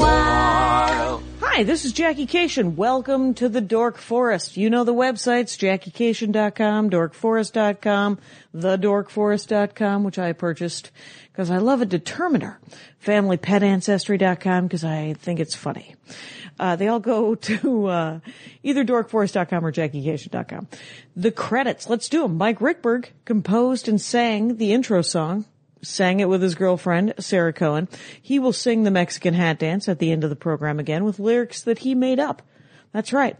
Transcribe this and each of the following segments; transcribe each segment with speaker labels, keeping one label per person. Speaker 1: while.
Speaker 2: Hi, this is Jackie Cation. Welcome to the Dork Forest. You know the websites, jackiecation.com, dorkforest.com, thedorkforest.com, which I purchased because I love a determiner, familypetancestry.com because I think it's funny. Uh, they all go to uh, either dorkforest.com or jackiecation.com. The credits, let's do them. Mike Rickberg composed and sang the intro song sang it with his girlfriend, Sarah Cohen. He will sing the Mexican hat dance at the end of the program again with lyrics that he made up. That's right.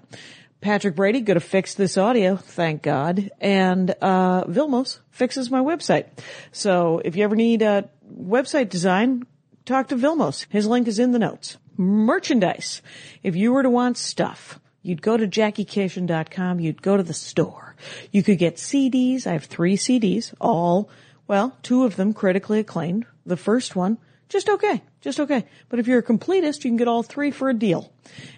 Speaker 2: Patrick Brady going to fix this audio, thank God. And, uh, Vilmos fixes my website. So if you ever need a website design, talk to Vilmos. His link is in the notes. Merchandise. If you were to want stuff, You'd go to JackieCation.com. You'd go to the store. You could get CDs. I have three CDs, all, well, two of them critically acclaimed. The first one, just okay, just okay. But if you're a completist, you can get all three for a deal.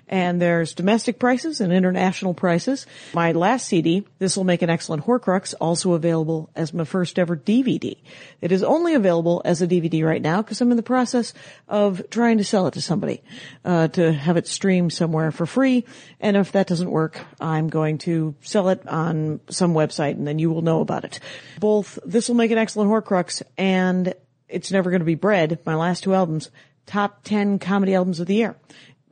Speaker 2: And there's domestic prices and international prices. My last CD, This Will Make an Excellent Horcrux, also available as my first ever DVD. It is only available as a DVD right now because I'm in the process of trying to sell it to somebody, uh, to have it streamed somewhere for free. And if that doesn't work, I'm going to sell it on some website and then you will know about it. Both This Will Make an Excellent Horcrux and it's Never Gonna Be Bread, my last two albums, top 10 comedy albums of the year.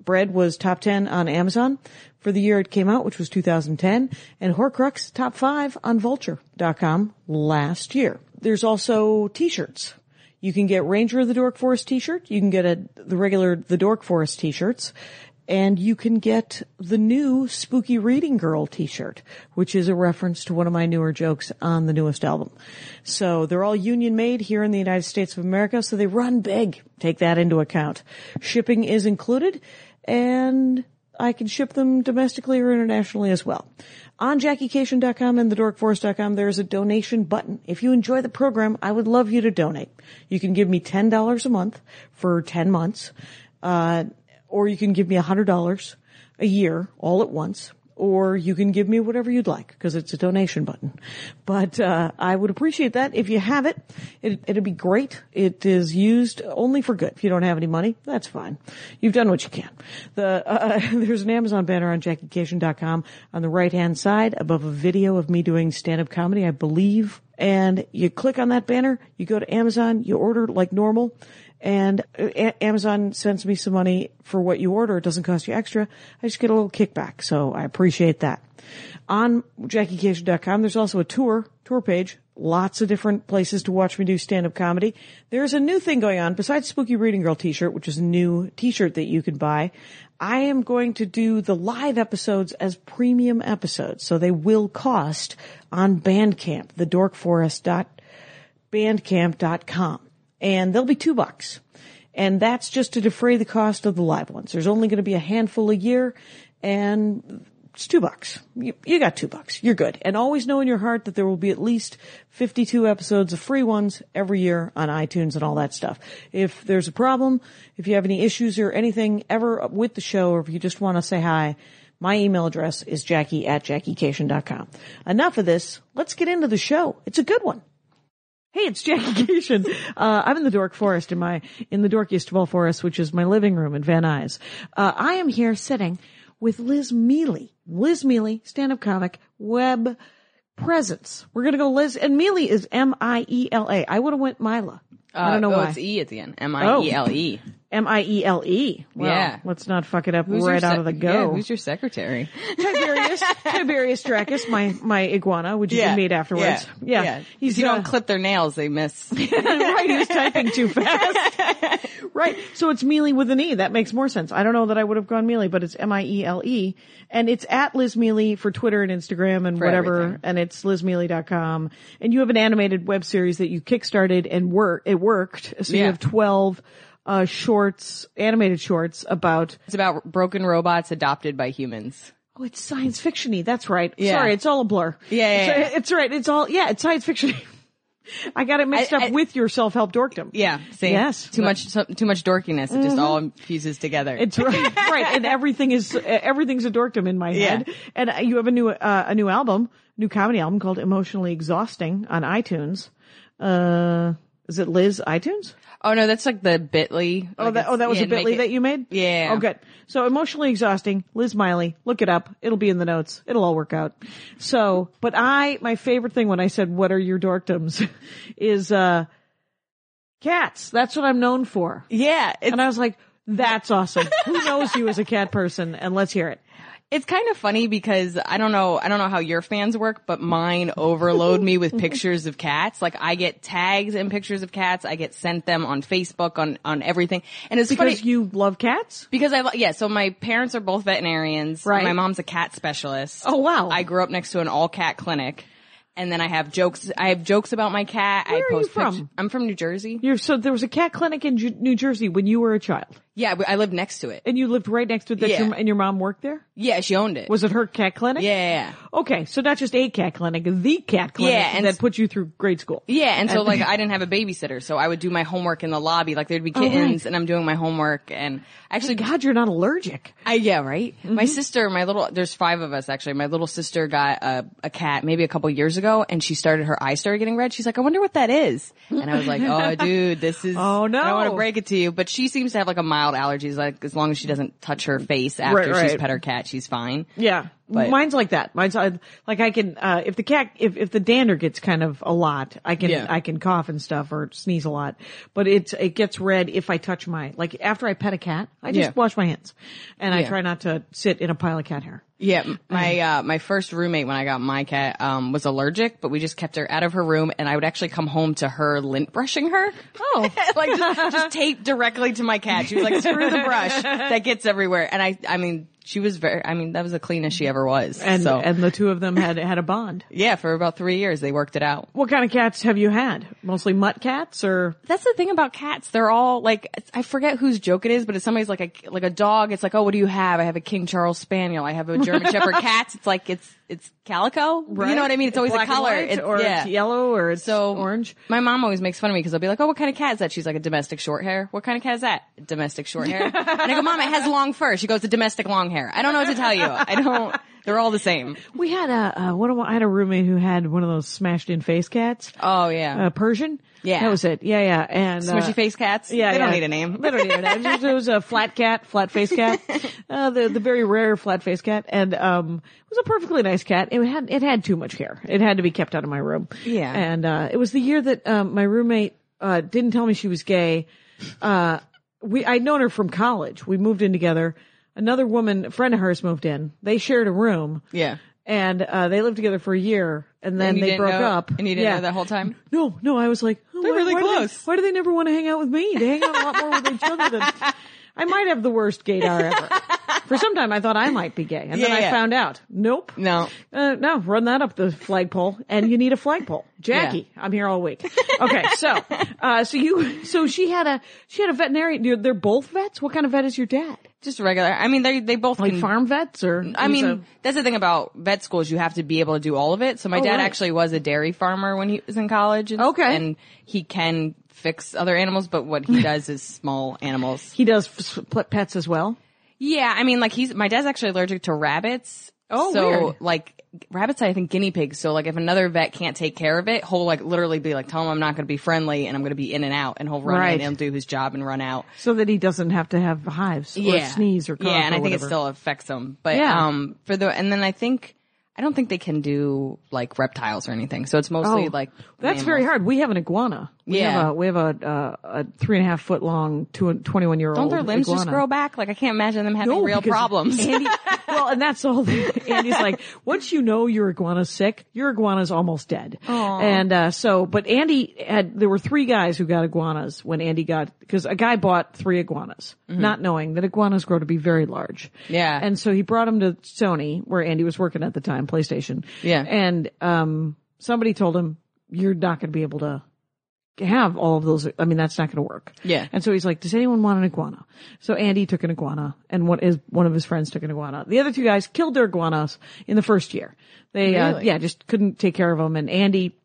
Speaker 2: Bread was top 10 on Amazon for the year it came out, which was 2010, and Horcrux top 5 on vulture.com last year. There's also t-shirts. You can get Ranger of the Dork Forest t-shirt, you can get a, the regular The Dork Forest t-shirts, and you can get the new Spooky Reading Girl t-shirt, which is a reference to one of my newer jokes on the newest album. So they're all union made here in the United States of America, so they run big. Take that into account. Shipping is included and I can ship them domestically or internationally as well. On JackieCation.com and TheDorkForce.com, there is a donation button. If you enjoy the program, I would love you to donate. You can give me $10 a month for 10 months, uh, or you can give me $100 a year all at once, or you can give me whatever you'd like because it's a donation button. But uh, I would appreciate that if you have it. it. It'd be great. It is used only for good. If you don't have any money, that's fine. You've done what you can. The uh, there's an Amazon banner on JackieCation.com on the right hand side above a video of me doing stand up comedy, I believe. And you click on that banner, you go to Amazon, you order like normal, and uh, A- Amazon sends me some money for what you order. It doesn't cost you extra. I just get a little kickback, so I appreciate that. On JackieCation.com, there's also a tour, tour page, lots of different places to watch me do stand-up comedy. There's a new thing going on, besides Spooky Reading Girl t-shirt, which is a new t-shirt that you can buy. I am going to do the live episodes as premium episodes, so they will cost on Bandcamp, thedorkforest.bandcamp.com and they'll be two bucks. And that's just to defray the cost of the live ones. There's only going to be a handful a year and it's two bucks. You, you got two bucks. You're good. And always know in your heart that there will be at least 52 episodes of free ones every year on iTunes and all that stuff. If there's a problem, if you have any issues or anything ever with the show, or if you just want to say hi, my email address is jackie at jackiecation.com. Enough of this. Let's get into the show. It's a good one. Hey, it's Jackie Cation. Uh, I'm in the dork forest in my, in the dorkiest of all forests, which is my living room in Van Nuys. Uh, I am here sitting with Liz Mealy. Liz Mealy, stand-up comic, web presence. We're gonna go Liz, and Mealy is M-I-E-L-A. I would have went Mila. I don't know
Speaker 3: oh,
Speaker 2: why. Oh.
Speaker 3: It's E at the end. M I E L E.
Speaker 2: M-I-E-L-E. E. Well,
Speaker 3: Yeah.
Speaker 2: Let's not fuck it up
Speaker 3: Who's
Speaker 2: right
Speaker 3: your
Speaker 2: out
Speaker 3: sec-
Speaker 2: of the
Speaker 3: Yeah,
Speaker 2: go.
Speaker 3: who's your secretary?
Speaker 2: Tiberius, Tiberius Gracchus, my, my iguana, which is made afterwards. Yeah.
Speaker 3: He's, you
Speaker 2: uh,
Speaker 3: don't clip their nails, they miss.
Speaker 2: right, he was typing too fast. right. So it's Mealy with an E. That makes more sense. I don't know that I would have gone Mealy, but it's M-I-E-L-E. E. And it's at Liz Mealy for Twitter and Instagram and
Speaker 3: For
Speaker 2: whatever.
Speaker 3: everything.
Speaker 2: And it's lizmealy.com. And you have an animated web series that you kickstarted and work, it worked. So you
Speaker 3: Yeah.
Speaker 2: have 12 uh, shorts, animated shorts about,
Speaker 3: it's about broken robots adopted by humans.
Speaker 2: oh, it's science fiction-y. That's right.
Speaker 3: Yeah.
Speaker 2: Sorry. It's all a blur.
Speaker 3: Yeah, yeah,
Speaker 2: So
Speaker 3: yeah.
Speaker 2: It's right. It's all, yeah, it's science fiction. I got it mixed
Speaker 3: I-
Speaker 2: up
Speaker 3: I-
Speaker 2: with your self-help dorkdom.
Speaker 3: Yeah, same.
Speaker 2: Yes. Mm-hmm.
Speaker 3: too much, so- too much dorkiness. It just all fuses together.
Speaker 2: It's right, right, and everything is everything's a dorkdom in my head.
Speaker 3: Yeah.
Speaker 2: And uh, you have a new uh, a new album, new comedy album called "Emotionally Exhausting" on iTunes. Uh, is it Liz iTunes?
Speaker 3: oh no, that's like the Bitly.
Speaker 2: Oh, that, oh, that was a Bitly that you made?
Speaker 3: Yeah.
Speaker 2: Oh, good. So emotionally exhausting. Liz Miley, look it up. It'll be in the notes. It'll all work out. So, but I, my favorite thing when I said, what are your dorkdoms is, uh, cats. That's what I'm known for.
Speaker 3: Yeah, it's
Speaker 2: And I was like, that's awesome. Who knows you as a cat person? And let's hear it.
Speaker 3: It's kind of funny because I don't know, I don't know how your fans work, but mine overload me with pictures of cats. Like I get tags and pictures of cats. I get sent them on Facebook, on, on everything. And it's
Speaker 2: Because
Speaker 3: funny
Speaker 2: you love cats?
Speaker 3: because I, li- yeah, so my parents are both veterinarians.
Speaker 2: Right.
Speaker 3: My mom's a cat specialist.
Speaker 2: Oh, wow.
Speaker 3: I grew up next to an all cat clinic. And then I have jokes, I have jokes about my cat.
Speaker 2: Where
Speaker 3: I
Speaker 2: are
Speaker 3: post
Speaker 2: you from?
Speaker 3: pict- I'm from New Jersey.
Speaker 2: You're, so there was a cat clinic in Ju- New Jersey when you were a child
Speaker 3: Yeah, but I live next to it.
Speaker 2: and you lived right next to it. That
Speaker 3: Yeah.
Speaker 2: your, and your mom worked there?
Speaker 3: Yeah, she owned it.
Speaker 2: Was it her cat clinic?
Speaker 3: yeah, yeah, yeah.
Speaker 2: Okay, so not just a cat clinic, the cat clinic
Speaker 3: Yeah, and
Speaker 2: that
Speaker 3: s-
Speaker 2: put you through grade school.
Speaker 3: Yeah, and so like I didn't have a babysitter, so I would do my homework in the lobby. Like there'd be
Speaker 2: Oh, right.
Speaker 3: kittens, and I'm doing my homework, and actually,
Speaker 2: God, you're not allergic.
Speaker 3: I, yeah, right.
Speaker 2: Mm-hmm.
Speaker 3: My sister, my little, there's five of us actually. My little sister got a, a cat maybe a couple years ago, and she started her eyes started getting red. She's like, I wonder what that is, and I was like, Oh, dude, this is.
Speaker 2: Oh,
Speaker 3: I don't want
Speaker 2: no.
Speaker 3: to break it to you, but she seems to have like a mild allergies. Like as long as she doesn't touch her face after
Speaker 2: Right,
Speaker 3: she's
Speaker 2: right.
Speaker 3: pet her cat, she's fine.
Speaker 2: Yeah,
Speaker 3: But-
Speaker 2: mine's like that. Mine's I, like I can uh, if the cat if if the dander gets kind of a lot, I can
Speaker 3: Yeah.
Speaker 2: I can cough and stuff or sneeze a lot, but it's it gets red if I touch my like after I pet a cat, I just
Speaker 3: Yeah.
Speaker 2: wash my hands, and I
Speaker 3: Yeah.
Speaker 2: try not to sit in a pile of cat hair.
Speaker 3: Yeah, m- my uh, my first roommate when I got my cat um, was allergic, but we just kept her out of her room, and I would actually come home to her lint brushing her.
Speaker 2: Oh.
Speaker 3: like just, just taped directly to my cat. She was like, "Screw the brush that gets everywhere." And I, I mean, she was very. I mean, that was the cleanest she ever was.
Speaker 2: And
Speaker 3: so
Speaker 2: and the two of them had had a bond.
Speaker 3: yeah, for about three years they worked it out.
Speaker 2: What kind of cats have you had? Mostly mutt cats or
Speaker 3: That's the thing about cats. They're all like, I forget whose joke it is, but it's somebody's like a like a dog. It's like, oh, what do you have? I have a King Charles Spaniel. I have a German Shepherd. Cats. It's like it's it's calico. You know what I mean? It's always
Speaker 2: Black and
Speaker 3: a color.
Speaker 2: white,
Speaker 3: It's-
Speaker 2: or
Speaker 3: yeah.
Speaker 2: it's yellow or it's
Speaker 3: So
Speaker 2: orange.
Speaker 3: My mom always makes fun of me because I'll be like, "Oh, what kind of cat is that?" She's like, "A domestic short hair." What kind of cat is that? Domestic short hair. and I go, "Mom, it has long fur." She goes, "A domestic long hair." I don't know what to tell you. I don't. They're all the same.
Speaker 2: We had a uh, one of my, I had a roommate who had one of those smashed in face cats,
Speaker 3: Oh yeah,
Speaker 2: uh, Persian.
Speaker 3: Yeah.
Speaker 2: that was it. Yeah, yeah, and
Speaker 3: smushy
Speaker 2: uh,
Speaker 3: face cats.
Speaker 2: Yeah,
Speaker 3: they don't
Speaker 2: yeah.
Speaker 3: need a name.
Speaker 2: They don't need a name. It was, just- it was a flat cat, flat face cat, uh, the the very rare flat face cat, and um, it was a perfectly nice cat. It had it had too much hair. It had to be kept out of my room.
Speaker 3: Yeah.
Speaker 2: and uh, it was the year that um, my roommate uh, didn't tell me she was gay. Uh, we I'd known her from college. We moved in together. Another woman, a friend of hers, moved in. They shared a room
Speaker 3: Yeah.
Speaker 2: and uh, they lived together for a year, and then
Speaker 3: you
Speaker 2: they
Speaker 3: didn't
Speaker 2: broke
Speaker 3: know-
Speaker 2: up.
Speaker 3: and you didn't
Speaker 2: Yeah.
Speaker 3: know that whole time.
Speaker 2: No, no, I was like, oh,
Speaker 3: They're
Speaker 2: why-
Speaker 3: really
Speaker 2: why do they-
Speaker 3: close.
Speaker 2: why do they never want to hang out with me? They hang out a lot more with each other than I might have the worst gaydar ever. For some time, I thought I might be gay, and then
Speaker 3: Yeah,
Speaker 2: I
Speaker 3: yeah.
Speaker 2: found out. Nope.
Speaker 3: No.
Speaker 2: Uh, no, run that up the flagpole, and you need a flagpole. Jackie, I'm here all week. Okay, so, uh, so you, so she had a, she had a veterinarian. You're- They're both vets. What kind of vet is your dad?
Speaker 3: Just regular. I mean, they they both
Speaker 2: Like
Speaker 3: can-
Speaker 2: farm vets, or
Speaker 3: Mm. I
Speaker 2: he's
Speaker 3: mean,
Speaker 2: a-
Speaker 3: that's the thing about vet schools. You have to be able to do all of it. So my
Speaker 2: Oh,
Speaker 3: dad
Speaker 2: right.
Speaker 3: actually was a dairy farmer when he was in college. And,
Speaker 2: Okay.
Speaker 3: And he can fix other animals, but what he does is small animals.
Speaker 2: he does f- f- pets as well.
Speaker 3: Yeah. I mean, like he's, my dad's actually allergic to rabbits.
Speaker 2: Oh,
Speaker 3: So
Speaker 2: weird.
Speaker 3: like rabbits, I think guinea pigs. So like if another vet can't take care of it, he'll like literally be like, tell him I'm not going to be friendly and I'm going to be in and out and he'll run
Speaker 2: Right.
Speaker 3: in and he'll do his job and run out.
Speaker 2: so that he doesn't have to have hives or sneeze or cough.
Speaker 3: Yeah, and
Speaker 2: or
Speaker 3: I think
Speaker 2: whatever.
Speaker 3: it still affects them. But
Speaker 2: Yeah.
Speaker 3: um, for the and then I think I don't think they can do like reptiles or anything. So it's mostly
Speaker 2: Oh,
Speaker 3: like
Speaker 2: that's very
Speaker 3: mammals.
Speaker 2: hard. We have an iguana. We
Speaker 3: Yeah.
Speaker 2: have a, we have a, uh, a three and a half foot long, two, 21 year old.
Speaker 3: Don't their limbs
Speaker 2: iguana.
Speaker 3: just grow back? Like I can't imagine them having
Speaker 2: No,
Speaker 3: real
Speaker 2: because
Speaker 3: problems.
Speaker 2: Andy, well, and that's the whole thing. Andy's like, once you know your iguana's sick, your iguana's almost dead. And uh, so, but Andy had there were three guys who got iguanas when Andy got because a guy bought three iguanas, not knowing that iguanas grow to be very large.
Speaker 3: Mm-hmm. Yeah.
Speaker 2: And so he brought them to Sony where Andy was working at the time, PlayStation.
Speaker 3: Yeah.
Speaker 2: And um, somebody told him you're not going to be able to have all of those. I mean, that's not going to work.
Speaker 3: Yeah.
Speaker 2: And so he's like, does anyone want an iguana? So Andy took an iguana and one is one of his friends took an iguana. The other two guys killed their iguanas in the first year. They, uh,
Speaker 3: Really?
Speaker 2: yeah, just couldn't take care of them. And Andy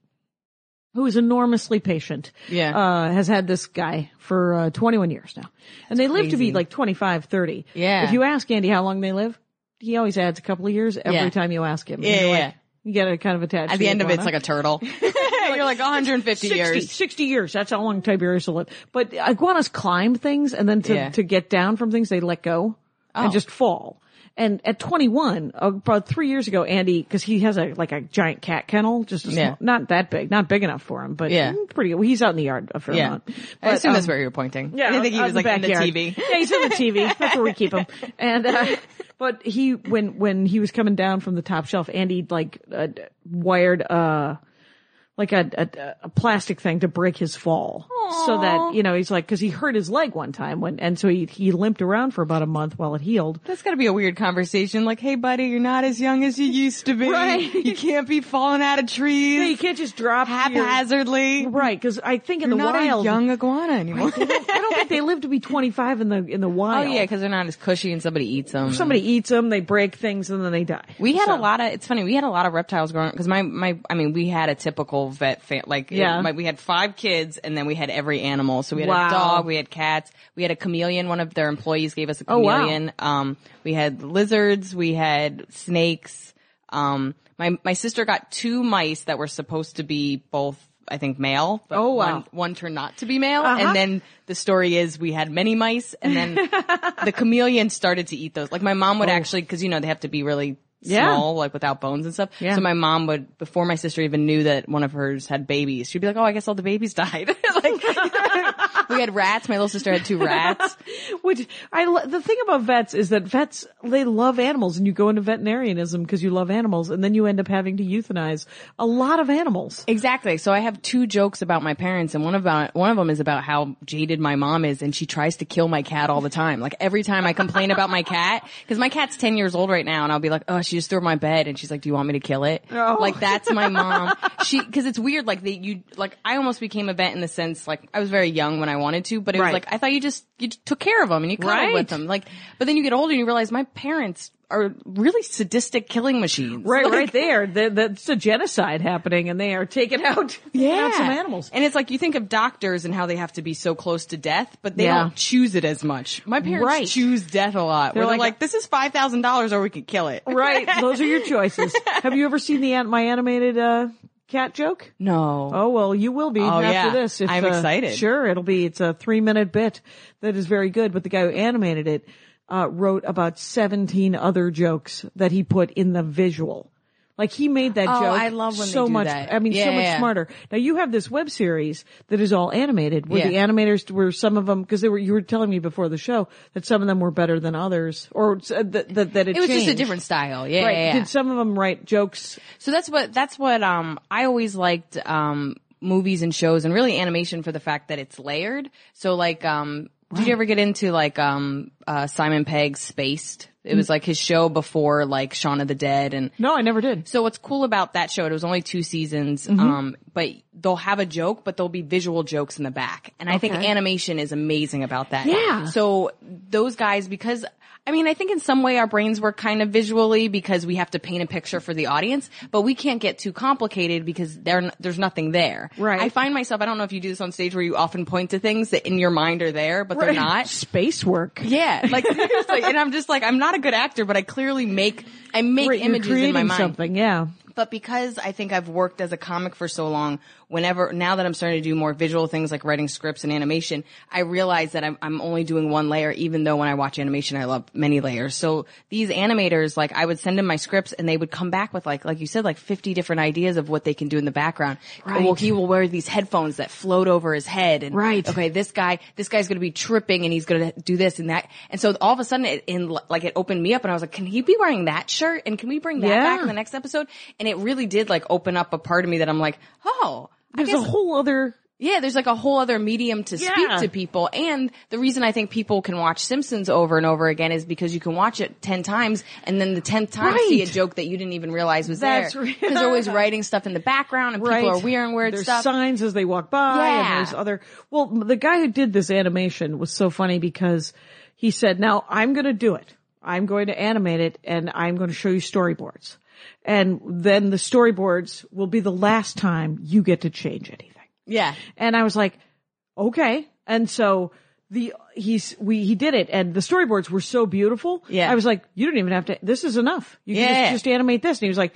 Speaker 2: who is enormously patient,
Speaker 3: Yeah.
Speaker 2: uh, has had this guy for uh, 21 years now. and they live to be
Speaker 3: crazy.
Speaker 2: like 25, 30.
Speaker 3: Yeah.
Speaker 2: If you ask Andy how long they live, he always adds a couple of years every
Speaker 3: Yeah.
Speaker 2: time you ask him.
Speaker 3: Yeah,
Speaker 2: You're
Speaker 3: yeah,
Speaker 2: like-
Speaker 3: yeah.
Speaker 2: You get kind of attached.
Speaker 3: At the end of it, it's like a turtle. You're like 150 years.
Speaker 2: 60 years. That's how long Tiberius will live. But iguanas climb things and then to,
Speaker 3: Yeah. Oh.
Speaker 2: to get down from things, they let go and just fall. And at 21, about three years ago, Andy, cause he has a, like a giant cat kennel, just a small,
Speaker 3: Yeah.
Speaker 2: not that big, not big enough for him, but
Speaker 3: Yeah.
Speaker 2: mm, pretty good. He's out in the yard a fair
Speaker 3: Yeah.
Speaker 2: amount.
Speaker 3: I
Speaker 2: But,
Speaker 3: assume
Speaker 2: um,
Speaker 3: that's where you're pointing. I didn't think he
Speaker 2: out
Speaker 3: was like in the
Speaker 2: backyard.
Speaker 3: TV.
Speaker 2: Yeah, he's in the TV. That's where we keep him. And uh, but he when when he was coming down from the top shelf, Andy like uh, d- wired uh like a, a a plastic thing to break his fall, so that you know he's like because he hurt his leg one time when and so he he limped around for about a month while it healed.
Speaker 3: That's got to be a weird conversation. Like, hey, buddy, you're not as young as you used to be.
Speaker 2: Right.
Speaker 3: You can't be falling out of trees
Speaker 2: You can't just drop your-
Speaker 3: haphazardly.
Speaker 2: right? Because I think in
Speaker 3: You're
Speaker 2: the
Speaker 3: not
Speaker 2: wild,
Speaker 3: a young iguana anymore.
Speaker 2: I don't think they live to be twenty five in the in the
Speaker 3: oh
Speaker 2: wild.
Speaker 3: yeah, because they're not as cushy, and somebody eats them.
Speaker 2: somebody eats them, they break things, and then they die.
Speaker 3: We had a lot of. It's funny. We had a lot of reptiles growing up because my my. I mean, we had a typical vet fan. Like,
Speaker 2: Yeah.
Speaker 3: yeah, my, we had five kids, and then we had every animal. So we had
Speaker 2: Wow.
Speaker 3: a dog, we had cats, we had a chameleon. One of their employees gave us a
Speaker 2: Oh, wow.
Speaker 3: chameleon. Um, we had lizards, we had snakes. Um, my my sister got two mice that were supposed to be both. I think male. But
Speaker 2: Oh, wow. Uh-huh.
Speaker 3: one, one turned not to be male, and then the story is we had many mice, and then the chameleon started to eat those. Like my mom would actually, because you know they have to be really
Speaker 2: Oh. Yeah.
Speaker 3: small, like without bones and stuff.
Speaker 2: Yeah.
Speaker 3: So my mom would, before my sister even knew that one of hers had babies, she'd be like, "Oh, I guess all the babies died." like we had rats. My little sister had two rats.
Speaker 2: Which I lo- the thing about vets is that vets they love animals, and you go into veterinarianism because you love animals, and then you end up having to euthanize a lot of animals.
Speaker 3: Exactly. So I have two jokes about my parents, and one about one of them is about how jaded my mom is, and she tries to kill my cat all the time. Like every time I complain about my cat, because my cat's ten years old right now, and I'll be like, "Oh, she just threw my bed," and she's like, "Do you want me to kill it?"
Speaker 2: Oh.
Speaker 3: Like that's my mom. She because it's weird. Like they you like I almost became a vet in the sense like I was very young when I wanted to, but it
Speaker 2: Right.
Speaker 3: was like I thought you just you just took care of them and you cuddled
Speaker 2: Right.
Speaker 3: with them. Like, but then you get older and you realize my parents are really sadistic killing machines.
Speaker 2: Right,
Speaker 3: Like,
Speaker 2: right there. Th- That's a genocide happening, and they are taking out, taking out some animals.
Speaker 3: And it's like you think of doctors and how they have to be so close to death, but they
Speaker 2: Yeah.
Speaker 3: don't choose it as much. My parents
Speaker 2: Right.
Speaker 3: choose death a lot. They're,
Speaker 2: They're
Speaker 3: they're
Speaker 2: like-
Speaker 3: like, this is five thousand dollars, or we could kill it.
Speaker 2: right, those are your choices. Have you ever seen the an- my animated uh, cat joke?
Speaker 3: No.
Speaker 2: Oh well, you will be
Speaker 3: Oh,
Speaker 2: after
Speaker 3: yeah.
Speaker 2: this.
Speaker 3: I'm
Speaker 2: uh,
Speaker 3: excited.
Speaker 2: Sure, it'll be. It's a three minute bit that is very good. But the guy who animated it uh, wrote about seventeen other jokes that he put in the visual. Like he made that
Speaker 3: Oh,
Speaker 2: joke.
Speaker 3: I love when they
Speaker 2: so
Speaker 3: do
Speaker 2: much.
Speaker 3: that.
Speaker 2: I mean, so
Speaker 3: Yeah,
Speaker 2: much
Speaker 3: yeah.
Speaker 2: smarter. Now you have this web series that is all animated, where
Speaker 3: Yeah.
Speaker 2: the animators were some of them because they were. You were telling me before the show that some of them were better than others, or uh, that that, that it,
Speaker 3: It was just a
Speaker 2: changed.
Speaker 3: different style. Yeah.
Speaker 2: Right?
Speaker 3: yeah, yeah.
Speaker 2: Did some of them write jokes?
Speaker 3: So that's what that's what um I always liked um movies and shows and really animation for the fact that it's layered. So like um did you ever get into like um uh Simon Pegg's Spaced? It was like his show before like Shaun of the Dead and
Speaker 2: No, I never did.
Speaker 3: So what's cool about that show? It was only two seasons,
Speaker 2: Mm-hmm.
Speaker 3: um, but they'll have a joke, but there'll be visual jokes in the back, and I think animation is amazing about that.
Speaker 2: Yeah.
Speaker 3: So those guys, because I mean, I think in some way our brains work kind of visually because we have to paint a picture for the audience, but we can't get too complicated because there n- there's nothing there.
Speaker 2: Right.
Speaker 3: I find myself. I don't know if you do this on stage where you often point to things that in your mind are there, but they're not.
Speaker 2: space work.
Speaker 3: Yeah, like, seriously. and I'm just like, I'm not a good actor, but I clearly make, I make
Speaker 2: Right,
Speaker 3: images
Speaker 2: you're creating
Speaker 3: in my mind
Speaker 2: something, yeah.
Speaker 3: but because I think I've worked as a comic for so long, whenever now that I'm starting to do more visual things like writing scripts and animation, I realize that I'm, I'm only doing one layer, even though when I watch animation, I love many layers. So these animators, like I would send in my scripts and they would come back with like, like you said, like 50 different ideas of what they can do in the background. Oh,
Speaker 2: Right.
Speaker 3: Well, he will wear these headphones that float over his head and
Speaker 2: Right.
Speaker 3: okay, this guy, this guy's going to be tripping and he's going to do this and that. And so all of a sudden it, in like it opened me up and I was like, can he be wearing that shirt? And can we bring that
Speaker 2: Yeah.
Speaker 3: back in the next episode? And it really did like open up a part of me that I'm like, oh, I
Speaker 2: There's
Speaker 3: guess,
Speaker 2: a whole other
Speaker 3: yeah, there's like a whole other medium to
Speaker 2: Yeah.
Speaker 3: speak to people. And the reason I think people can watch Simpsons over and over again is because you can watch it 10 times and then the 10th time see a
Speaker 2: Right.
Speaker 3: joke that you didn't even realize was
Speaker 2: That's
Speaker 3: there.
Speaker 2: right.
Speaker 3: Because they're always writing stuff in the background and people are wearing weird
Speaker 2: there's
Speaker 3: stuff.
Speaker 2: signs as they walk by.
Speaker 3: Yeah.
Speaker 2: And there's other. Well, the guy who did this animation was so funny because he said, "Now I'm going to do it. I'm going to animate it, and I'm going to show you storyboards." And then the storyboards will be the last time you get to change anything.
Speaker 3: Yeah.
Speaker 2: And I was like, okay. And so the, he's, we, he did it and the storyboards were so beautiful.
Speaker 3: Yeah.
Speaker 2: I was like, you don't even have to, this is enough. You can
Speaker 3: Yeah.
Speaker 2: just, just animate this. And he was like,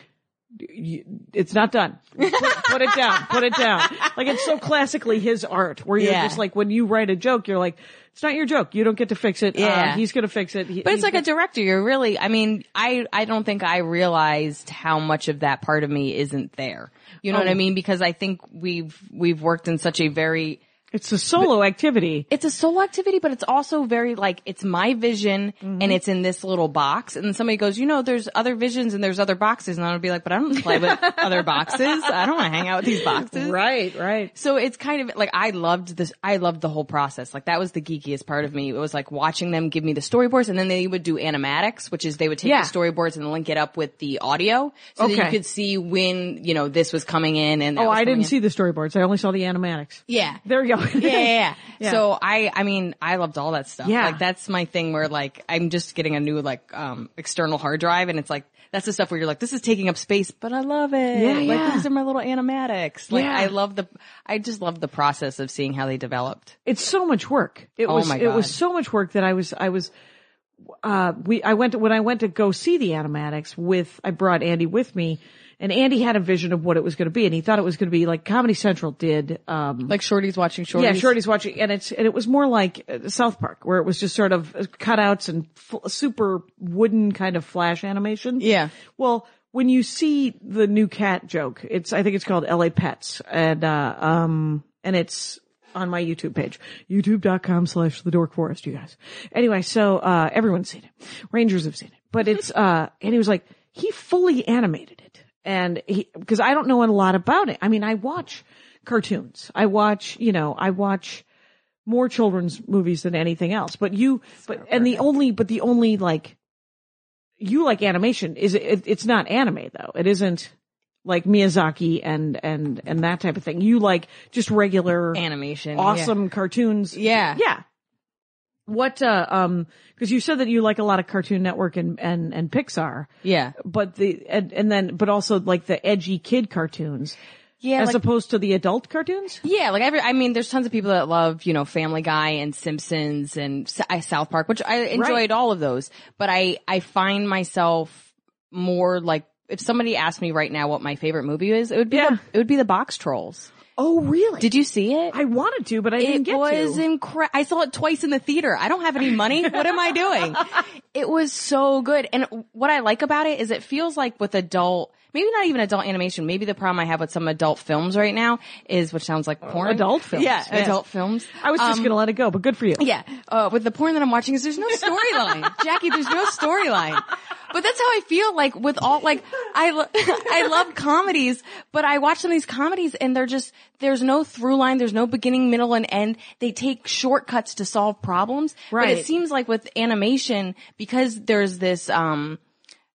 Speaker 2: "You- it's not done. Put, put it down. Put it down. Like it's so classically his art where you're
Speaker 3: Yeah.
Speaker 2: just like, when you write a joke, you're like, it's not your joke. You don't get to fix it.
Speaker 3: Yeah.
Speaker 2: Uh, he's going to fix it. He-
Speaker 3: But
Speaker 2: he's
Speaker 3: it's like
Speaker 2: gonna-
Speaker 3: a director. You're really, I mean, I, I don't think I realized how much of that part of me isn't there. You know what I mean? Because I think we've, we've worked in such a very,
Speaker 2: It's a solo activity.
Speaker 3: it's a solo activity, but it's also very like, it's my vision
Speaker 2: Mm-hmm.
Speaker 3: and it's in this little box. And then somebody goes, you know, there's other visions and there's other boxes. And I would be like, but I don't play with other boxes. I don't want to hang out with these boxes.
Speaker 2: Right, right.
Speaker 3: So it's kind of like I loved this. I loved the whole process. Like that was the geekiest part of me. It was like watching them give me the storyboards, and then they would do animatics, which is they would take
Speaker 2: Yeah.
Speaker 3: the storyboards and link it up with the audio, so that
Speaker 2: Okay.
Speaker 3: you could see when you know this was coming in. And that
Speaker 2: Oh,
Speaker 3: was
Speaker 2: I
Speaker 3: coming
Speaker 2: didn't
Speaker 3: in.
Speaker 2: see the storyboards. I only saw the animatics.
Speaker 3: Yeah.
Speaker 2: There you go.
Speaker 3: Yeah, yeah, yeah.
Speaker 2: Yeah.
Speaker 3: So I, I mean, I loved all that stuff.
Speaker 2: Yeah.
Speaker 3: Like that's my thing where like, I'm just getting a new like, um, external hard drive and it's like, that's the stuff where you're like, this is taking up space, but I love it.
Speaker 2: Yeah,
Speaker 3: Like
Speaker 2: yeah.
Speaker 3: these are my little animatics. Like
Speaker 2: Yeah.
Speaker 3: I love the, I just love the process of seeing how they developed.
Speaker 2: It's so much work. It
Speaker 3: Oh
Speaker 2: was
Speaker 3: my
Speaker 2: it was
Speaker 3: God.
Speaker 2: so much work that I was I was uh we I went to when I went to go see the animatics with I brought Andy with me and Andy had a vision of what it was going to be and he thought it was going to be like Comedy Central did um
Speaker 3: Like Shorty's watching Shorty's.
Speaker 2: Yeah, Shorty's watching, and it's and it was more like uh, South Park, where it was just sort of uh, cutouts and f- super wooden kind of flash animation.
Speaker 3: Yeah.
Speaker 2: Well, when you see the new cat joke, it's I think it's called L.A. Pets, and uh, um, and it's on my YouTube page, youtube.com slash the dork forest, you guys. Anyway, so, uh, everyone's seen it. Rangers have seen it. But it's, uh, and he was like, he fully animated it. And he, cause I don't know a lot about it. I mean, I watch cartoons. I watch, you know, I watch more children's movies than anything else. But you, but, and the only, but the only like, you like animation is it, it's not anime though. It isn't like Miyazaki and, and, and that type of thing. You like just regular
Speaker 3: Animation.
Speaker 2: awesome cartoons.
Speaker 3: Yeah.
Speaker 2: Yeah. What, uh, um, cause you said that you like a lot of Cartoon Network and, and, and Pixar,
Speaker 3: Yeah.
Speaker 2: but the, and, and then, but also like the edgy kid cartoons
Speaker 3: Yeah.
Speaker 2: as
Speaker 3: like-
Speaker 2: opposed to the adult cartoons?
Speaker 3: Yeah, like every, I mean, there's tons of people that love, you know, Family Guy and Simpsons and S- I- South Park, which I enjoyed
Speaker 2: Right.
Speaker 3: all of those, but I, I find myself more like, if somebody asked me right now what my favorite movie is, it would be,
Speaker 2: Yeah.
Speaker 3: the, it would be The Box Trolls.
Speaker 2: Oh, really?
Speaker 3: Did you see it?
Speaker 2: I wanted to, but I didn't
Speaker 3: it
Speaker 2: get
Speaker 3: was
Speaker 2: to.
Speaker 3: incredible. I saw it twice in the theater. I don't have any money. What am I doing? It was so good. And what I like about it is it feels like with adult, maybe not even adult animation. Maybe the problem I have with some adult films right now is, which sounds like porn.
Speaker 2: Uh, adult films,
Speaker 3: Yeah,
Speaker 2: yes.
Speaker 3: adult films.
Speaker 2: I was just
Speaker 3: Um,
Speaker 2: going to let it go, but good for you.
Speaker 3: yeah, uh, with the porn that I'm watching is there's no storyline, Jackie. There's no storyline. But that's how I feel like with all like I lo- I love comedies, but I watch some of these comedies and they're just there's no through line, there's no beginning, middle, and end. They take shortcuts to solve problems. But
Speaker 2: Right.
Speaker 3: it seems like with animation because there's this um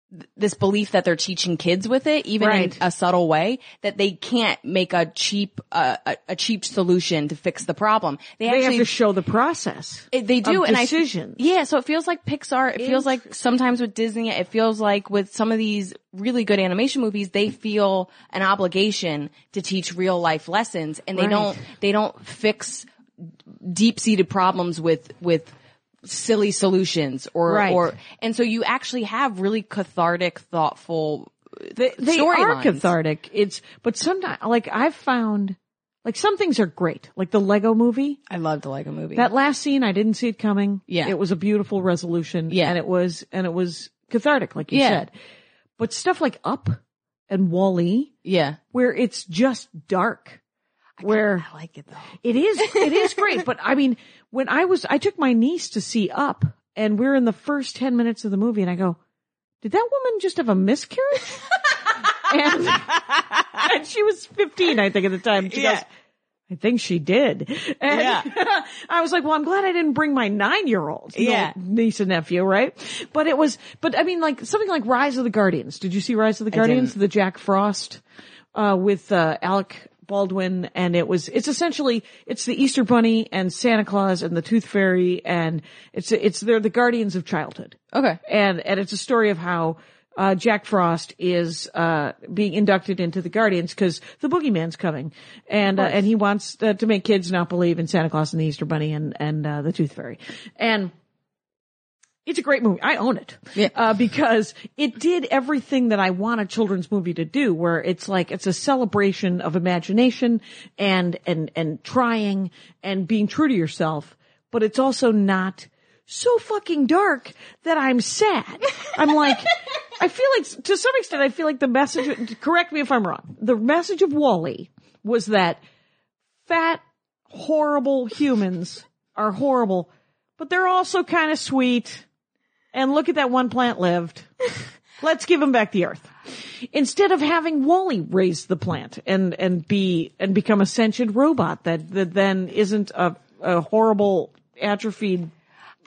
Speaker 3: th- this belief that they're teaching kids with it, even
Speaker 2: Right.
Speaker 3: in a subtle way, that they can't make a cheap uh, a, a cheap solution to fix the problem. They,
Speaker 2: They
Speaker 3: actually
Speaker 2: have to show the process.
Speaker 3: it- they do,
Speaker 2: of
Speaker 3: and
Speaker 2: decisions.
Speaker 3: I yeah. So it feels like Pixar. It feels like sometimes with Disney. It feels like with some of these really good animation movies, they feel an obligation to teach real life lessons, and they
Speaker 2: Right.
Speaker 3: don't. They don't fix deep seated problems with with silly solutions or
Speaker 2: Right.
Speaker 3: or and so you actually have really cathartic, thoughtful.
Speaker 2: they, they are
Speaker 3: storylines.
Speaker 2: cathartic. It's but sometimes like I've found like some things are great, like the Lego Movie.
Speaker 3: I love the Lego movie.
Speaker 2: That last scene, I didn't see it coming.
Speaker 3: Yeah.
Speaker 2: it was a beautiful resolution.
Speaker 3: Yeah.
Speaker 2: and it was and it was cathartic, like you
Speaker 3: Yeah.
Speaker 2: said. But stuff like Up and Wall-E,
Speaker 3: yeah,
Speaker 2: where it's just dark, where
Speaker 3: I like it though.
Speaker 2: it is, it is great. But I mean, when I was, I took my niece to see Up, and we're in the first 10 minutes of the movie, and I go, did that woman just have a miscarriage? and, and she was 15, I think, at the time. She
Speaker 3: Yeah.
Speaker 2: goes, I think she did. And
Speaker 3: Yeah.
Speaker 2: I was like, well, I'm glad I didn't bring my nine year old.
Speaker 3: Yeah.
Speaker 2: Niece and nephew, right? But it was, but I mean, like something like Rise of the Guardians. Did you see Rise of the Guardians? The Jack Frost, uh, with, uh, Alec Baldwin. And it was, it's essentially, it's the Easter Bunny and Santa Claus and the Tooth Fairy. And it's, it's, they're the guardians of childhood
Speaker 3: Okay.
Speaker 2: and and it's a story of how uh, Jack Frost is uh, being inducted into the Guardians because the Boogeyman's coming, and uh, and he wants uh, to make kids not believe in Santa Claus and the Easter Bunny and and uh, the Tooth Fairy, and it's a great movie. I own it.
Speaker 3: Yeah.
Speaker 2: Uh, because it did everything that I want a children's movie to do, where it's like, it's a celebration of imagination and, and, and trying and being true to yourself, but it's also not so fucking dark that I'm sad. I'm like, I feel like, to some extent, I feel like the message, correct me if I'm wrong, the message of Wally was that fat, horrible humans are horrible, but they're also kind of sweet. And look at that one plant lived. Let's give him back the earth. Instead of having Wally raise the plant and, and be, and become a sentient robot that, that then isn't a, a horrible atrophied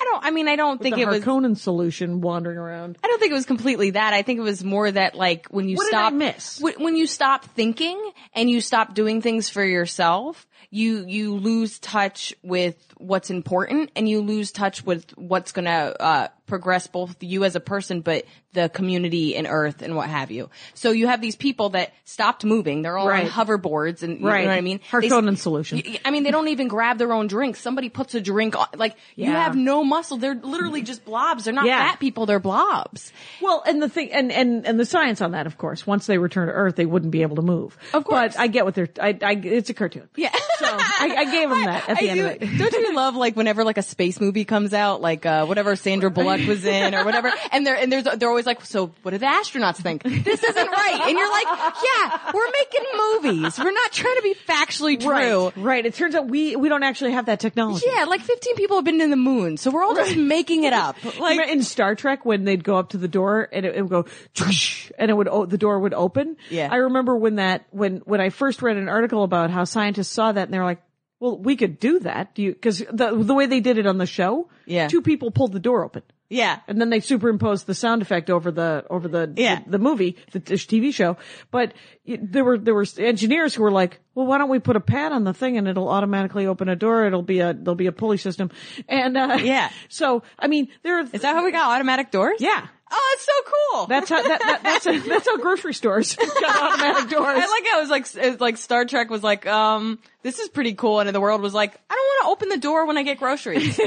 Speaker 3: I don't. I mean, I don't think
Speaker 2: the
Speaker 3: it was.
Speaker 2: Harkonnen solution wandering around.
Speaker 3: I don't think it was completely that. I think it was more that like when you
Speaker 2: What did I
Speaker 3: stop
Speaker 2: miss?
Speaker 3: wh- when you stop thinking and you stop doing things for yourself, you you lose touch with what's important and you lose touch with what's going to uh progress both you as a person but the community and earth and what have you. So you have these people that stopped moving. They're all
Speaker 2: Right.
Speaker 3: on hoverboards and you
Speaker 2: Right.
Speaker 3: know what I mean? They s-
Speaker 2: Harkonnen solution.
Speaker 3: Y- I mean, they don't even grab their own drinks. Somebody puts a drink on, like, you
Speaker 2: Yeah.
Speaker 3: have no muscle. They're literally just blobs. They're not
Speaker 2: Yeah.
Speaker 3: fat people, they're blobs.
Speaker 2: Well, and the thing, and, and, and the science on that, of course, once they return to Earth, they wouldn't be able to move.
Speaker 3: Of course.
Speaker 2: But I get what they're, I, I, it's a cartoon.
Speaker 3: Yeah.
Speaker 2: So I, I gave them that at the
Speaker 3: I
Speaker 2: end
Speaker 3: do,
Speaker 2: of it.
Speaker 3: Don't you love like whenever like a space movie comes out, like uh, whatever Sandra Bullock was in or whatever, and they're and there's they're always like, so what do the astronauts think? This isn't right, and you're like, yeah, we're making movies. We're not trying to be factually true.
Speaker 2: Right, right. It turns out we, we don't actually have that technology.
Speaker 3: Yeah, like 15 people have been to the moon, so we're all just making it up.
Speaker 2: Like in Star Trek, when they'd go up to the door and it, it would go, "Twish," and it would o- the door would open.
Speaker 3: Yeah.
Speaker 2: I remember when that when when I first read an article about how scientists saw that and they're like, "Well, we could do that." Do you because the the way they did it on the show,
Speaker 3: Yeah.
Speaker 2: two people pulled the door open.
Speaker 3: Yeah.
Speaker 2: and then they superimposed the sound effect over the over the
Speaker 3: Yeah.
Speaker 2: the, the movie, the, the TV show. But it- there were there were engineers who were like, "Well, why don't we put a pad on the thing and it'll automatically open a door? It'll be a there'll be a pulley system." And uh,
Speaker 3: Yeah.
Speaker 2: so I mean, there are
Speaker 3: Is that how we got automatic doors?
Speaker 2: yeah.
Speaker 3: Oh, it's so cool.
Speaker 2: That's how that, that that's that's how grocery stores got automatic doors.
Speaker 3: I like how it was like it was like Star Trek was like, um, this is pretty cool, and the world was like, I don't want to open the door when I get groceries.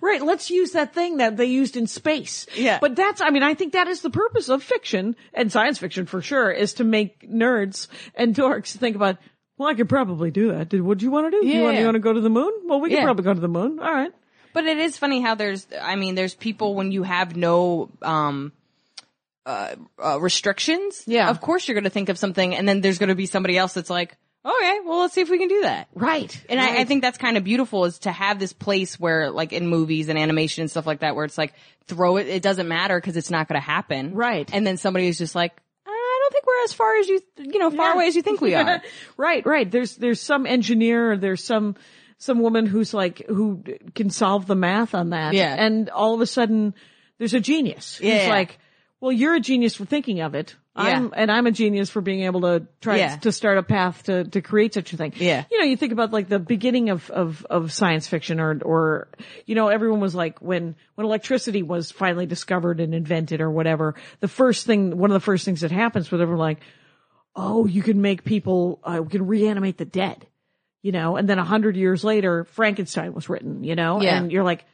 Speaker 2: Right, let's use that thing that they used in space.
Speaker 3: Yeah.
Speaker 2: But that's, I mean, I think that is the purpose of fiction and science fiction for sure is to make nerds and dorks think about, well, I could probably do that. Did, what do you want to do? You want,
Speaker 3: Yeah.
Speaker 2: you want to go to the moon? Well, we could
Speaker 3: Yeah.
Speaker 2: probably go to the moon. All right.
Speaker 3: But it is funny how there's, I mean, there's people when you have no, um, uh, uh, restrictions.
Speaker 2: Yeah.
Speaker 3: Of course you're going to think of something and then there's going to be somebody else that's like, okay, well, let's see if we can do that.
Speaker 2: Right.
Speaker 3: And I, I think that's kind of beautiful is to have this place where like in movies and animation and stuff like that, where it's like throw it, it doesn't matter because it's not going to happen.
Speaker 2: Right.
Speaker 3: And then somebody is just like, I don't think we're as far as you, you know, far
Speaker 2: Yeah.
Speaker 3: away as you think we are.
Speaker 2: right, right. There's, there's some engineer or there's some, some woman who's like, who can solve the math on that.
Speaker 3: Yeah.
Speaker 2: And all of a sudden there's a genius. who's
Speaker 3: Yeah.
Speaker 2: like, well, you're a genius for thinking of it. I'm, and I'm a genius for being able to try
Speaker 3: Yeah.
Speaker 2: to start a path to, to create such a thing.
Speaker 3: Yeah.
Speaker 2: You know, you think about like the beginning of, of, of science fiction or, or, you know, everyone was like when, when electricity was finally discovered and invented or whatever, the first thing, one of the first things that happens was everyone like, oh, you can make people, uh, we can reanimate the dead, you know, and then a hundred years later, Frankenstein was written, you know,
Speaker 3: Yeah.
Speaker 2: and you're like,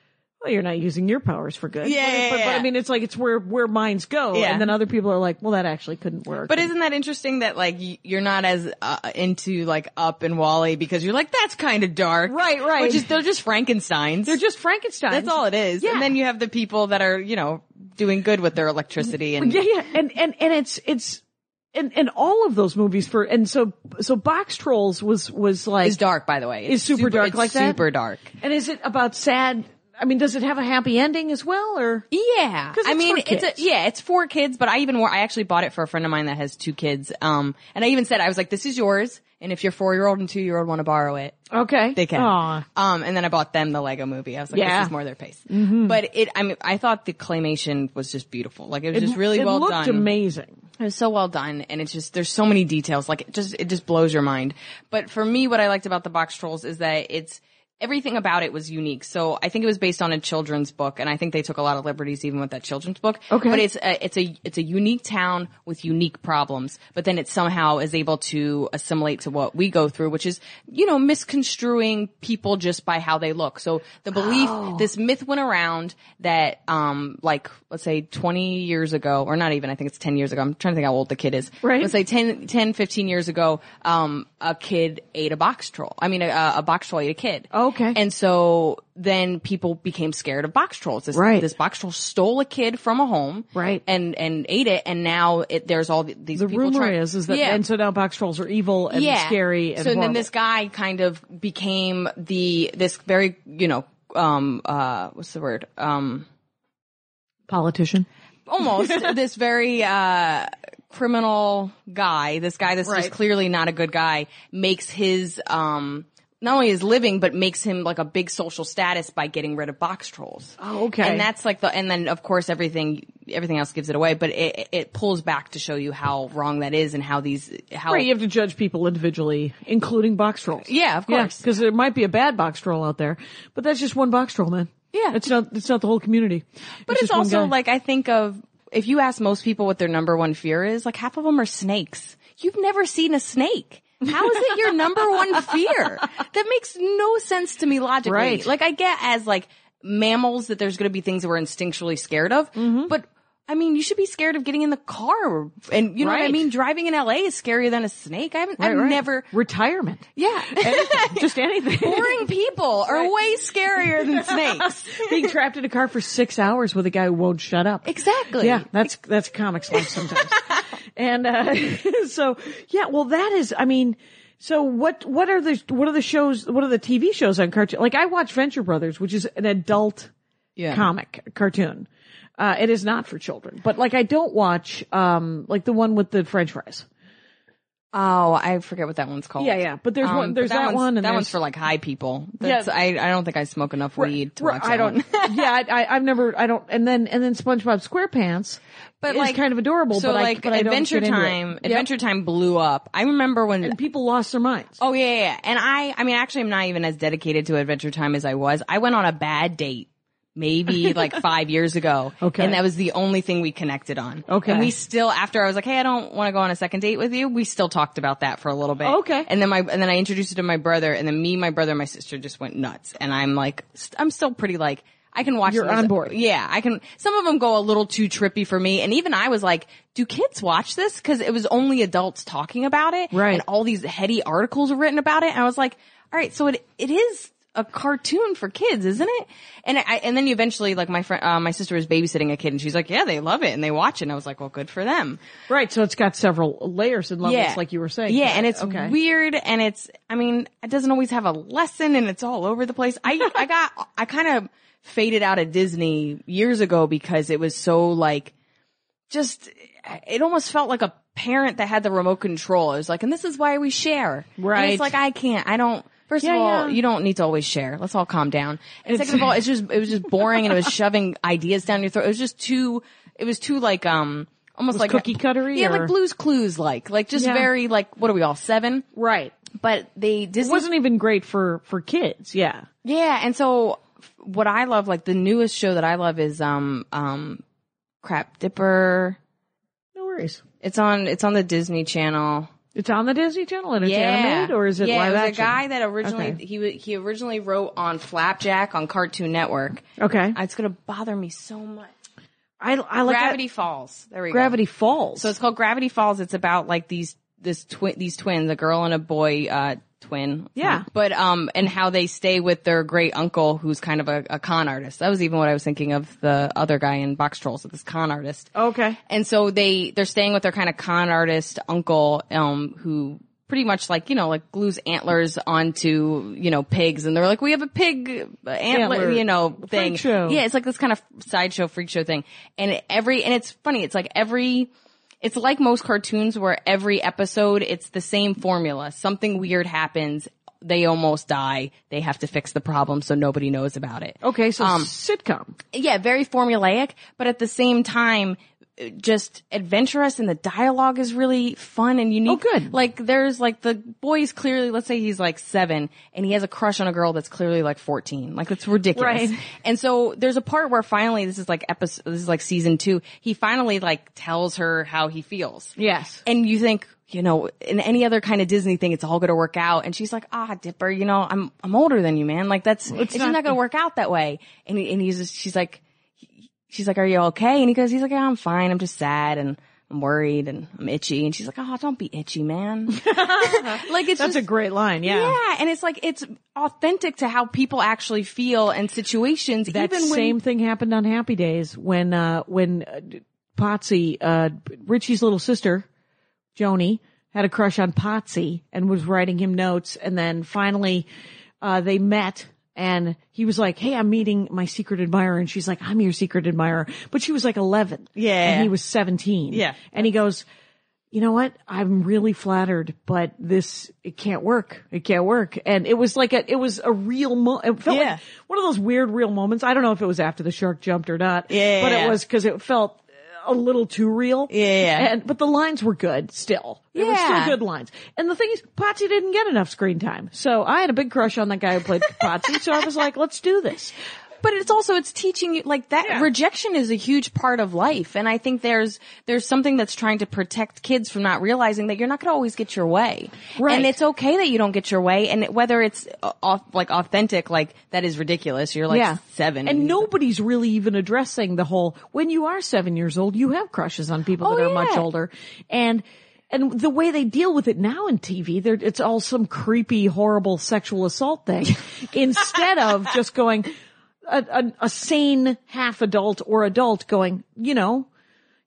Speaker 2: well, you're not using your powers for good.
Speaker 3: Yeah,
Speaker 2: But,
Speaker 3: yeah,
Speaker 2: but, but I
Speaker 3: yeah.
Speaker 2: mean, it's like, it's where, where minds go.
Speaker 3: Yeah.
Speaker 2: And then other people are like, well, that actually couldn't work.
Speaker 3: But isn't that interesting that like y- you're not as uh, into like Up and Wally because you're like that's kind of dark,
Speaker 2: Right, right.
Speaker 3: Which is they're just Frankenstein's.
Speaker 2: they're just Frankenstein.
Speaker 3: that's all it is.
Speaker 2: Yeah.
Speaker 3: And then you have the people that are you know doing good with their electricity and
Speaker 2: Yeah, yeah, and and and it's it's and and all of those movies for and so so Box Trolls was was like
Speaker 3: is dark. By the way,
Speaker 2: Is super dark
Speaker 3: it's
Speaker 2: like that?
Speaker 3: Super dark.
Speaker 2: And is it about sad? I mean, does it have a happy ending as well, or
Speaker 3: Yeah,
Speaker 2: 'Cause
Speaker 3: I
Speaker 2: it's
Speaker 3: mean,
Speaker 2: for
Speaker 3: it's a,
Speaker 2: kids.
Speaker 3: yeah, it's for kids. But I even wore, I actually bought it for a friend of mine that has two kids. Um, and I even said I was like, "This is yours, and if your four year old and two year old want to borrow it,
Speaker 2: okay,
Speaker 3: They can.
Speaker 2: Aw.
Speaker 3: Um, and then I bought them the Lego movie. I was like,
Speaker 2: Yeah. Mm-hmm.
Speaker 3: this is more their pace. But it, I mean, I thought the claymation was just beautiful. Like it was just really
Speaker 2: it
Speaker 3: well
Speaker 2: looked
Speaker 3: done.
Speaker 2: amazing.
Speaker 3: It was so well done, and it's just there's so many details. Like it just it just blows your mind. But for me, what I liked about the box trolls is that it's everything about it was unique. So I think it was based on a children's book, and I think they took a lot of liberties even with that children's book.
Speaker 4: Okay.
Speaker 3: but it's a, it's a it's a unique town with unique problems, but then it somehow is able to assimilate to what we go through, which is you know misconstruing people just by how they look. So the belief,
Speaker 4: Oh.
Speaker 3: this myth went around that um like let's say 20 years ago, or not even I think it's 10 years ago. I'm trying to think how old the kid is.
Speaker 4: Right.
Speaker 3: Let's say 10, 10 15 years ago, um a kid ate a box troll. I mean a, a box troll ate a kid.
Speaker 4: Okay.
Speaker 3: And so then people became scared of box trolls. This,
Speaker 4: Right.
Speaker 3: This box troll stole a kid from a home.
Speaker 4: Right.
Speaker 3: And, and ate it. And now it, there's all th- these
Speaker 2: The
Speaker 3: people
Speaker 2: rumor
Speaker 3: trying-
Speaker 2: is, is that,
Speaker 3: Yeah.
Speaker 2: and so now box trolls are evil and
Speaker 3: yeah.
Speaker 2: scary and
Speaker 3: so then
Speaker 2: horrible.
Speaker 3: this guy kind of became the, this very, you know, um, uh, what's the word? Um,
Speaker 2: politician.
Speaker 3: almost this very uh criminal guy this guy that's
Speaker 4: Right.
Speaker 3: just clearly not a good guy makes his um not only his living but makes him like a big social status by getting rid of box trolls
Speaker 2: Oh, okay.
Speaker 3: and that's like the and then of course everything everything else gives it away but it it pulls back to show you how wrong that is and how these how
Speaker 2: Right, you have to judge people individually, including box trolls.
Speaker 3: Yeah, of course.
Speaker 2: Because there might be a bad box troll out there, but that's just one box troll, man.
Speaker 3: Yeah.
Speaker 2: it's not. It's not the whole community.
Speaker 3: but it's,
Speaker 2: just one
Speaker 3: also
Speaker 2: guy.
Speaker 3: like i think of if you ask most people what their number one fear is like half of them are snakes you've never seen a snake how is it your number one fear that makes no sense to me logically
Speaker 2: Right.
Speaker 3: like i get as like mammals that there's going to be things that we're instinctually scared of
Speaker 2: Mm-hmm.
Speaker 3: but I mean, you should be scared of getting in the car, and you know what I
Speaker 2: Right.
Speaker 3: mean. Driving in LA is scarier than a snake. I haven't, I've
Speaker 2: Right.
Speaker 3: never,
Speaker 2: retirement.
Speaker 3: yeah.
Speaker 2: just anything.
Speaker 3: Boring people are way scarier than snakes.
Speaker 2: Being trapped in a car for six hours with a guy who won't shut up.
Speaker 3: Exactly.
Speaker 2: Yeah, that's that's comics life sometimes. and uh, so yeah, well that is I mean so what what are the what are the shows what are the TV shows on cartoon? Like I watch Venture Brothers, which is an adult
Speaker 3: Yeah.
Speaker 2: comic cartoon. Uh, it is not for children, but like I don't watch um like the one with the French fries.
Speaker 3: Oh, I forget what that one's called.
Speaker 2: Yeah, yeah, but there's one-
Speaker 3: Um, but
Speaker 2: there's that
Speaker 3: one's-
Speaker 2: one and
Speaker 3: that
Speaker 2: there's-
Speaker 3: one's for like high people. That's,
Speaker 2: Yeah.
Speaker 3: I I don't think I smoke enough weed to
Speaker 2: Where
Speaker 3: watch.
Speaker 2: I
Speaker 3: that
Speaker 2: don't.
Speaker 3: one.
Speaker 2: yeah, I, I, I've never. I don't. And then and then SpongeBob SquarePants,
Speaker 3: but
Speaker 2: is
Speaker 3: like
Speaker 2: kind of adorable.
Speaker 3: So
Speaker 2: but
Speaker 3: like
Speaker 2: I, but I don't
Speaker 3: Adventure
Speaker 2: get into it.
Speaker 3: Time,
Speaker 2: Yep.
Speaker 3: Adventure Time blew up. I remember when.
Speaker 2: And people lost their minds.
Speaker 3: oh yeah, yeah, yeah. And I, I mean, actually, I'm not even as dedicated to Adventure Time as I was. I went on a bad date. Maybe like five years ago.
Speaker 2: Okay.
Speaker 3: And that was the only thing we connected on.
Speaker 2: Okay.
Speaker 3: And we still, after I was like, hey, I don't want to go on a second date with you, we still talked about that for a little bit.
Speaker 2: Okay.
Speaker 3: And then my, and then I introduced it to my brother, and then me, my brother, and my sister just went nuts. And I'm like, st- I'm still pretty like, I can watch
Speaker 2: You're
Speaker 3: these-
Speaker 2: on board.
Speaker 3: yeah, I can. Some of them go a little too trippy for me, and even I was like, "Do kids watch this?" Because it was only adults talking about it,
Speaker 2: Right.
Speaker 3: And all these heady articles were written about it, and I was like, "All right, so it it is a cartoon for kids, isn't it?" And I and then eventually, like my friend, uh, my sister was babysitting a kid, and she's like, "Yeah, they love it and they watch it." And I was like, "Well, good for them."
Speaker 2: Right, so it's got several layers and levels,
Speaker 3: Yeah,
Speaker 2: like you were saying.
Speaker 3: Yeah, and it's
Speaker 2: okay.
Speaker 3: weird, and it's I mean, it doesn't always have a lesson, and it's all over the place. I I got I kind of faded out of Disney years ago because it was so like just it almost felt like a parent that had the remote control. It was like, and this is why we share. And
Speaker 2: Right.
Speaker 3: it's like I can't. I don't. First
Speaker 2: Yeah,
Speaker 3: of all,
Speaker 2: yeah.
Speaker 3: you don't need to always share. Let's all calm down. And second of all, it's just it was just boring, and it was shoving ideas down your throat. It was just too. It was too like um. Almost like
Speaker 2: cookie cuttery
Speaker 3: yeah,
Speaker 2: or-
Speaker 3: like Blue's Clues, like, like just
Speaker 2: Yeah.
Speaker 3: very like what are we all seven?
Speaker 2: Right.
Speaker 3: But they
Speaker 2: It
Speaker 3: Disney,
Speaker 2: wasn't even great for for kids. Yeah.
Speaker 3: yeah. And so f- what I love, like the newest show that I love is um um Crap Dipper.
Speaker 2: No worries.
Speaker 3: It's on it's on the Disney Channel.
Speaker 2: It's on the Disney Channel and it's
Speaker 3: Yeah,
Speaker 2: animated, or is it
Speaker 3: yeah,
Speaker 2: live
Speaker 3: it was
Speaker 2: action?
Speaker 3: a guy that originally
Speaker 2: Okay.
Speaker 3: he wa- he originally wrote on Flapjack on Cartoon Network.
Speaker 2: Okay.
Speaker 3: Ah, It's gonna bother me so much.
Speaker 2: I, I like
Speaker 3: Gravity
Speaker 2: That.
Speaker 3: Falls. There we go.
Speaker 2: Gravity Falls.
Speaker 3: So it's called Gravity Falls. It's about like these this twin these twins, a girl and a boy uh twin.
Speaker 2: Yeah.
Speaker 3: But um and how they stay with their great uncle who's kind of a, a con artist. That was even what I was thinking of the other guy in Box Trolls, this con artist.
Speaker 2: okay.
Speaker 3: And so they they're staying with their kind of con artist uncle, um, who pretty much like you know like glues antlers onto you know pigs, and they're like, we have a pig uh, antler,
Speaker 2: Antler.
Speaker 3: you know thing.
Speaker 2: show.
Speaker 3: Yeah, it's like this kind of sideshow freak show thing. And it- every and it's funny. It's like every. It's like most cartoons where every episode it's the same formula. Something weird happens. They almost die. They have to fix the problem so nobody
Speaker 2: Oh,
Speaker 3: knows about it
Speaker 2: Okay. So sitcom.
Speaker 3: yeah, very formulaic, but at the same time, just adventurous and the dialogue is really fun and unique.
Speaker 2: Oh, good.
Speaker 3: Like there's like the boy's clearly, let's say he's like seven and he has a crush on a girl that's clearly like 14. Like that's ridiculous.
Speaker 2: Right.
Speaker 3: And so there's a part where finally this is like episode, this is like season two. He finally like tells her how he feels.
Speaker 2: Yes.
Speaker 3: And you think, you know, in any other kind of Disney thing, it's all going to work out. And she's like, ah, Dipper, you know, I'm, I'm older than you, man. Like that's, it's, just
Speaker 2: not-
Speaker 3: not going to work out that way. And he, and he's just, she's like, she's like, are you okay? And he goes, he's like, yeah, I'm fine. I'm just sad and I'm worried and I'm itchy. And she's like, oh, don't be itchy, man. like it's
Speaker 2: That's
Speaker 3: just,
Speaker 2: a great line. Yeah.
Speaker 3: yeah. And it's like, it's authentic to how people actually feel and situations,
Speaker 2: That
Speaker 3: even when,
Speaker 2: same thing happened on Happy Days when uh when uh, Potsy, uh Richie's little sister, Joni, had a crush on Potsy and was writing him notes and then finally uh they met and he was like, "Hey, I'm meeting my secret admirer," and she's like, "I'm your secret admirer," but she was like 11,
Speaker 3: Yeah.
Speaker 2: and he was 17,
Speaker 3: Yeah.
Speaker 2: and he goes, you know what? I'm really flattered, but this, it can't work. It can't work. And it was like a, it was a real mo, it felt
Speaker 3: Yeah.
Speaker 2: like one of those weird real moments. I don't know if it was after the shark jumped or not.
Speaker 3: Yeah.
Speaker 2: But it was cause it felt a little too real.
Speaker 3: Yeah.
Speaker 2: And, but the lines were good still. They were
Speaker 3: Yeah.
Speaker 2: still good lines. And the thing is, Potsy didn't get enough screen time. So I had a big crush on that guy who played Potsy. So I was like, let's do this.
Speaker 3: but it's also it's teaching you like that
Speaker 2: Yeah.
Speaker 3: rejection is a huge part of life and i think there's there's something that's trying to protect kids from not realizing that you're not going to always get your way
Speaker 2: Right.
Speaker 3: and it's okay that you don't get your way and whether it's uh, off, like authentic like that is ridiculous you're like seven
Speaker 2: And
Speaker 3: no.
Speaker 2: nobody's really even addressing the whole, when you are seven years old, you have crushes on people that
Speaker 3: Oh,
Speaker 2: are much
Speaker 3: yeah.
Speaker 2: older. And, and the way they deal with it now in TV, they're- it's all some creepy, horrible sexual assault thing instead of just going, a, a, a sane half adult or adult going, you know,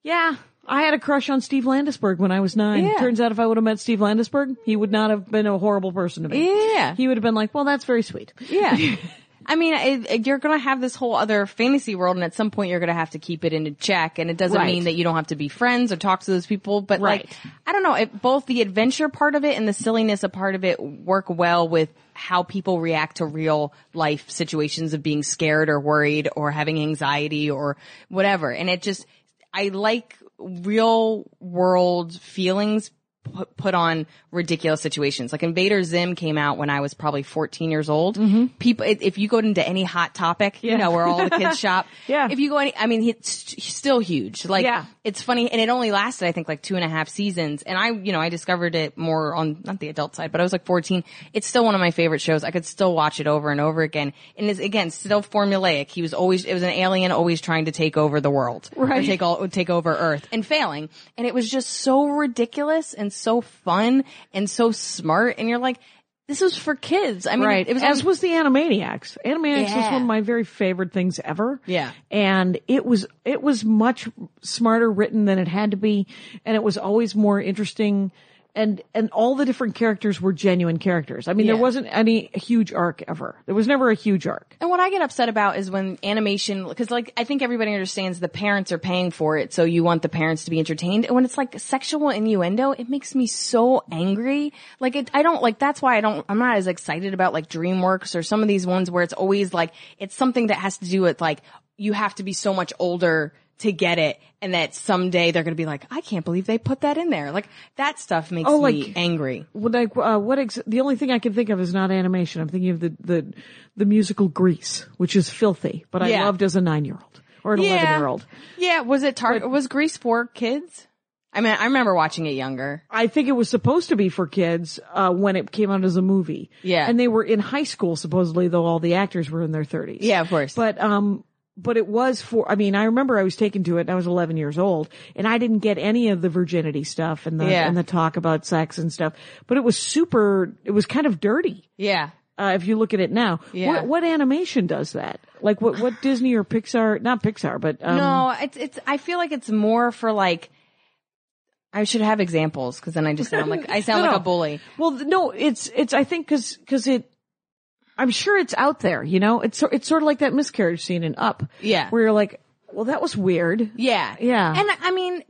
Speaker 2: yeah, I had a crush on Steve Landisberg when I was nine.
Speaker 3: Yeah.
Speaker 2: Turns out if I would have met Steve Landisberg, he would not have been a horrible person to me.
Speaker 3: Yeah.
Speaker 2: He would have been like, well, that's very sweet.
Speaker 3: Yeah. I mean, it, it- you're going to have this whole other fantasy world, and at some point, you're going to have to keep it in check. And it doesn't
Speaker 2: Right.
Speaker 3: mean that you don't have to be friends or talk to those people, but
Speaker 2: Right.
Speaker 3: like, I don't know. It, both the adventure part of it and the silliness a part of it work well with how people react to real life situations of being scared or worried or having anxiety or whatever. And it just, I like real world feelings pu- put on ridiculous situations. Like Invader Zim came out when I was probably 14 years old.
Speaker 2: Mm-hmm.
Speaker 3: People, if if you go into any hot topic, you know, where all the kids shop.
Speaker 2: Yeah.
Speaker 3: If you go any, I mean, it's s- still huge. Like,
Speaker 2: Yeah.
Speaker 3: it's funny. And it only lasted, I think, like two and a half seasons. And I, you know, I discovered it more on, not the adult side, but I was like 14. It's still one of my favorite shows. I could still watch it over and over again. And it's, again, still formulaic. He was always, it was an alien always trying to take over the world. Right. Or take all, take over Earth and failing. And it was just so ridiculous and so fun and so smart. And you're like, this was for kids. I mean,
Speaker 2: right.
Speaker 3: it was
Speaker 2: as
Speaker 3: on-
Speaker 2: was the Animaniacs. Animaniacs was
Speaker 3: Yeah.
Speaker 2: one of my very favorite things ever.
Speaker 3: Yeah.
Speaker 2: and it was it was much smarter written than it had to be, and it was always more interesting. And and all the different characters were genuine characters. I mean,
Speaker 3: Yeah.
Speaker 2: there wasn't any huge arc ever. There was never a huge arc.
Speaker 3: And what I get upset about is when animation, because like I think everybody understands the parents are paying for it, so you want the parents to be entertained. And when it's like sexual innuendo, it makes me so angry. Like it, I don't like. That's why I don't. I'm not as excited about like DreamWorks or some of these ones where it's always like it's something that has to do with like you have to be so much older to get it, and that someday they're gonna be like, I can't believe they put that in there. Like that stuff makes
Speaker 2: Oh,
Speaker 3: me
Speaker 2: like-
Speaker 3: angry.
Speaker 2: Well, Like uh, what? Ex- the only thing I can think of is not animation. I'm thinking of the the the musical Grease, which is filthy, but I
Speaker 3: Yeah.
Speaker 2: loved as a nine year old or an eleven year old.
Speaker 3: Yeah, was it tar- was Grease for kids? I mean, I remember watching it younger.
Speaker 2: I think it was supposed to be for kids uh, when it came out as a movie.
Speaker 3: Yeah.
Speaker 2: and they were in high school supposedly, though all the actors were in their thirties.
Speaker 3: Yeah, of course.
Speaker 2: But um, but it was for. I mean, I remember I was taken to it, and I was eleven years old, and I didn't get any of the virginity stuff and the
Speaker 3: Yeah.
Speaker 2: and the talk about sex and stuff. But it was super. It was kind of dirty.
Speaker 3: Yeah.
Speaker 2: Uh, if you look at it now,
Speaker 3: Yeah.
Speaker 2: what, what animation does that? Like what, what Disney or Pixar, not Pixar, but, um,
Speaker 3: No, it's it's I feel like it's more for like I should have examples cuz then I just sound like I sound
Speaker 2: No,
Speaker 3: like
Speaker 2: no.
Speaker 3: a bully.
Speaker 2: Well, th- no, it's it's. I think because it. I'm sure it's out there. You know, it's so- it's sort of like that miscarriage scene in Up.
Speaker 3: Yeah.
Speaker 2: where you're like, well, that was weird.
Speaker 3: Yeah.
Speaker 2: Yeah.
Speaker 3: And I mean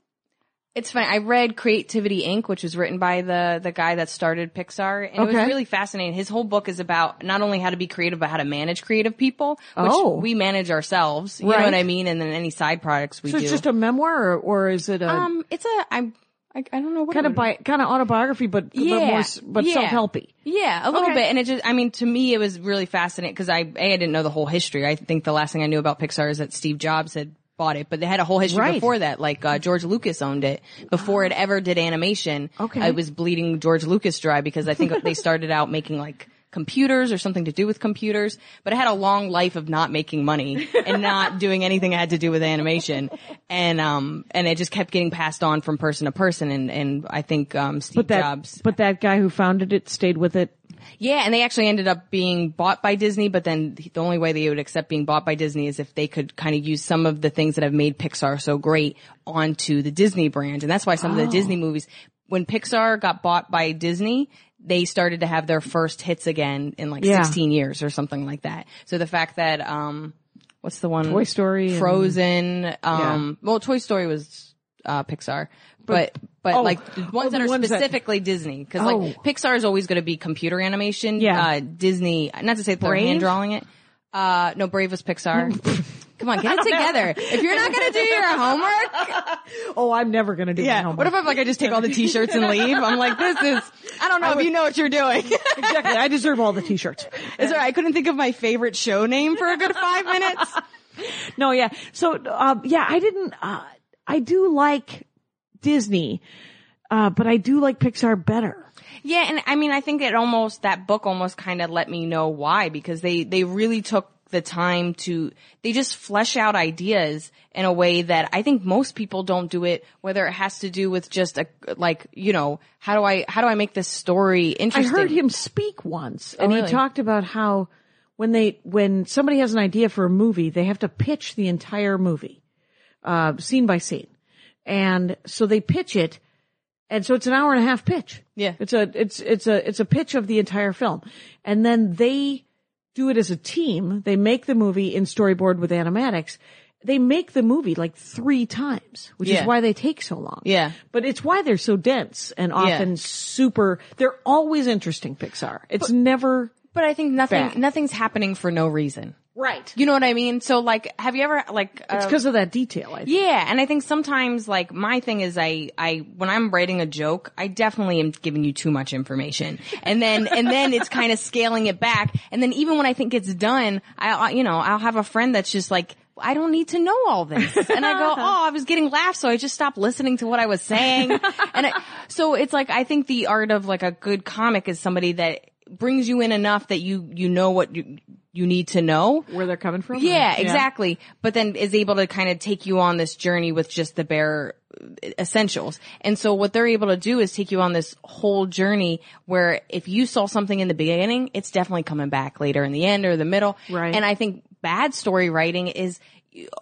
Speaker 3: It's funny. I read Creativity Inc., which was written by the the guy that started Pixar, and it
Speaker 2: Okay.
Speaker 3: was really fascinating. His whole book is about not only how to be creative, but how to manage creative people, which
Speaker 2: Oh.
Speaker 3: we manage ourselves. You
Speaker 2: Right.
Speaker 3: know what I mean? And then any side products we
Speaker 2: So
Speaker 3: do.
Speaker 2: it's just a memoir, or, or is it a
Speaker 3: um, it's a I'm I, I don't know what
Speaker 2: kind
Speaker 3: it
Speaker 2: of bi-
Speaker 3: would-
Speaker 2: kind of autobiography, but but, more, s- but
Speaker 3: yeah.
Speaker 2: self-helpy?
Speaker 3: Yeah, a little
Speaker 2: Okay.
Speaker 3: bit. And it just, I mean, to me, it was really fascinating because I, A, I didn't know the whole history. I think the last thing I knew about Pixar is that Steve Jobs had bought it, but they had a whole history
Speaker 2: Right.
Speaker 3: before that. Like, uh, George Lucas owned it before it ever did animation.
Speaker 2: Okay.
Speaker 3: It was bleeding George Lucas dry because I think they started out making like, computers or something to do with computers but it had a long life of not making money and not doing anything that had to do with animation and um and it just kept getting passed on from person to person and and I think um Steve
Speaker 2: But that
Speaker 3: Jobs
Speaker 2: but that guy who founded it stayed with it.
Speaker 3: yeah, and they actually ended up being bought by Disney, but then the only way they would accept being bought by Disney is if they could kind of use some of the things that have made Pixar so great onto the Disney brand. And that's why some
Speaker 2: Oh.
Speaker 3: of the Disney movies, when Pixar got bought by Disney, they started to have their first hits again in like
Speaker 2: Yeah.
Speaker 3: 16 years or something like that. So the fact that, um, what's the one?
Speaker 2: Toy Story and-
Speaker 3: Frozen. um, well, Toy Story was, uh, Pixar. But, but
Speaker 2: Oh.
Speaker 3: like the ones
Speaker 2: Oh, the
Speaker 3: that are
Speaker 2: ones that-
Speaker 3: specifically Disney, cause
Speaker 2: Oh.
Speaker 3: like Pixar is always going to be computer animation.
Speaker 2: Yeah.
Speaker 3: Uh, Disney, not to say that they're
Speaker 2: Brave?
Speaker 3: hand drawing it. Uh, no, Brave was Pixar. Come on, get it together. If you're not going to do your homework.
Speaker 2: Oh, I'm never gonna do my homework.
Speaker 3: What if I, like, I just take all the t-shirts and leave? I'm like, this is, I don't know if you know what you're doing.
Speaker 2: exactly? I deserve all the t-shirts.
Speaker 3: Is there, I couldn't think of my favorite show name for a good five minutes.
Speaker 2: No, yeah. So, um, yeah, I didn't. Uh, I do like Disney, uh, but I do like Pixar better.
Speaker 3: Yeah, and I mean, I think it almost that book almost kind of let me know why because they they really took the time to they just flesh out ideas in a way that I think most people don't do it. Whether it has to do with just a like you know how do I how do I make this story
Speaker 2: I
Speaker 3: interesting? Oh,
Speaker 2: heard him speak once, and he
Speaker 3: really?
Speaker 2: talked about how when they when somebody has an idea for a movie, they have to pitch the entire movie, uh, scene by scene, and so they pitch it, and so it's an hour and a half pitch.
Speaker 3: Yeah.
Speaker 2: it's a it's it's a it's a pitch of the entire film, and then they do it as a team. They make the movie in storyboard with animatics. They make the movie like three times, which
Speaker 3: Yeah.
Speaker 2: is why they take so long.
Speaker 3: Yeah.
Speaker 2: But it's why they're so dense and often super, they're always interesting Pixar. It's never,
Speaker 3: But I think nothing
Speaker 2: Bad.
Speaker 3: nothing's happening for no reason.
Speaker 2: right.
Speaker 3: You know what I mean? So like, have you ever like
Speaker 2: It's
Speaker 3: uh,
Speaker 2: because of that detail, I think.
Speaker 3: Yeah, and I think sometimes like my thing is I I when I'm writing a joke, I definitely am giving you too much information. And then and then it's kind of scaling it back. And then even when I think it's done, I I- you know, I'll have a friend that's just like I don't need to know all this. And I go, "Oh, I was getting laughs, so I just stopped listening to what I was saying." And I, so it's like I think the art of like a good comic is somebody that brings you in enough that you you know what you you need to know.
Speaker 2: Where they're coming from?
Speaker 3: Yeah, exactly. But then is able to kind of take you on this journey with just the bare uh, essentials. And so what they're able to do is take you on this whole journey where if you saw something in the beginning, it's definitely coming back later in the end or the middle.
Speaker 2: Right.
Speaker 3: And I think bad story writing is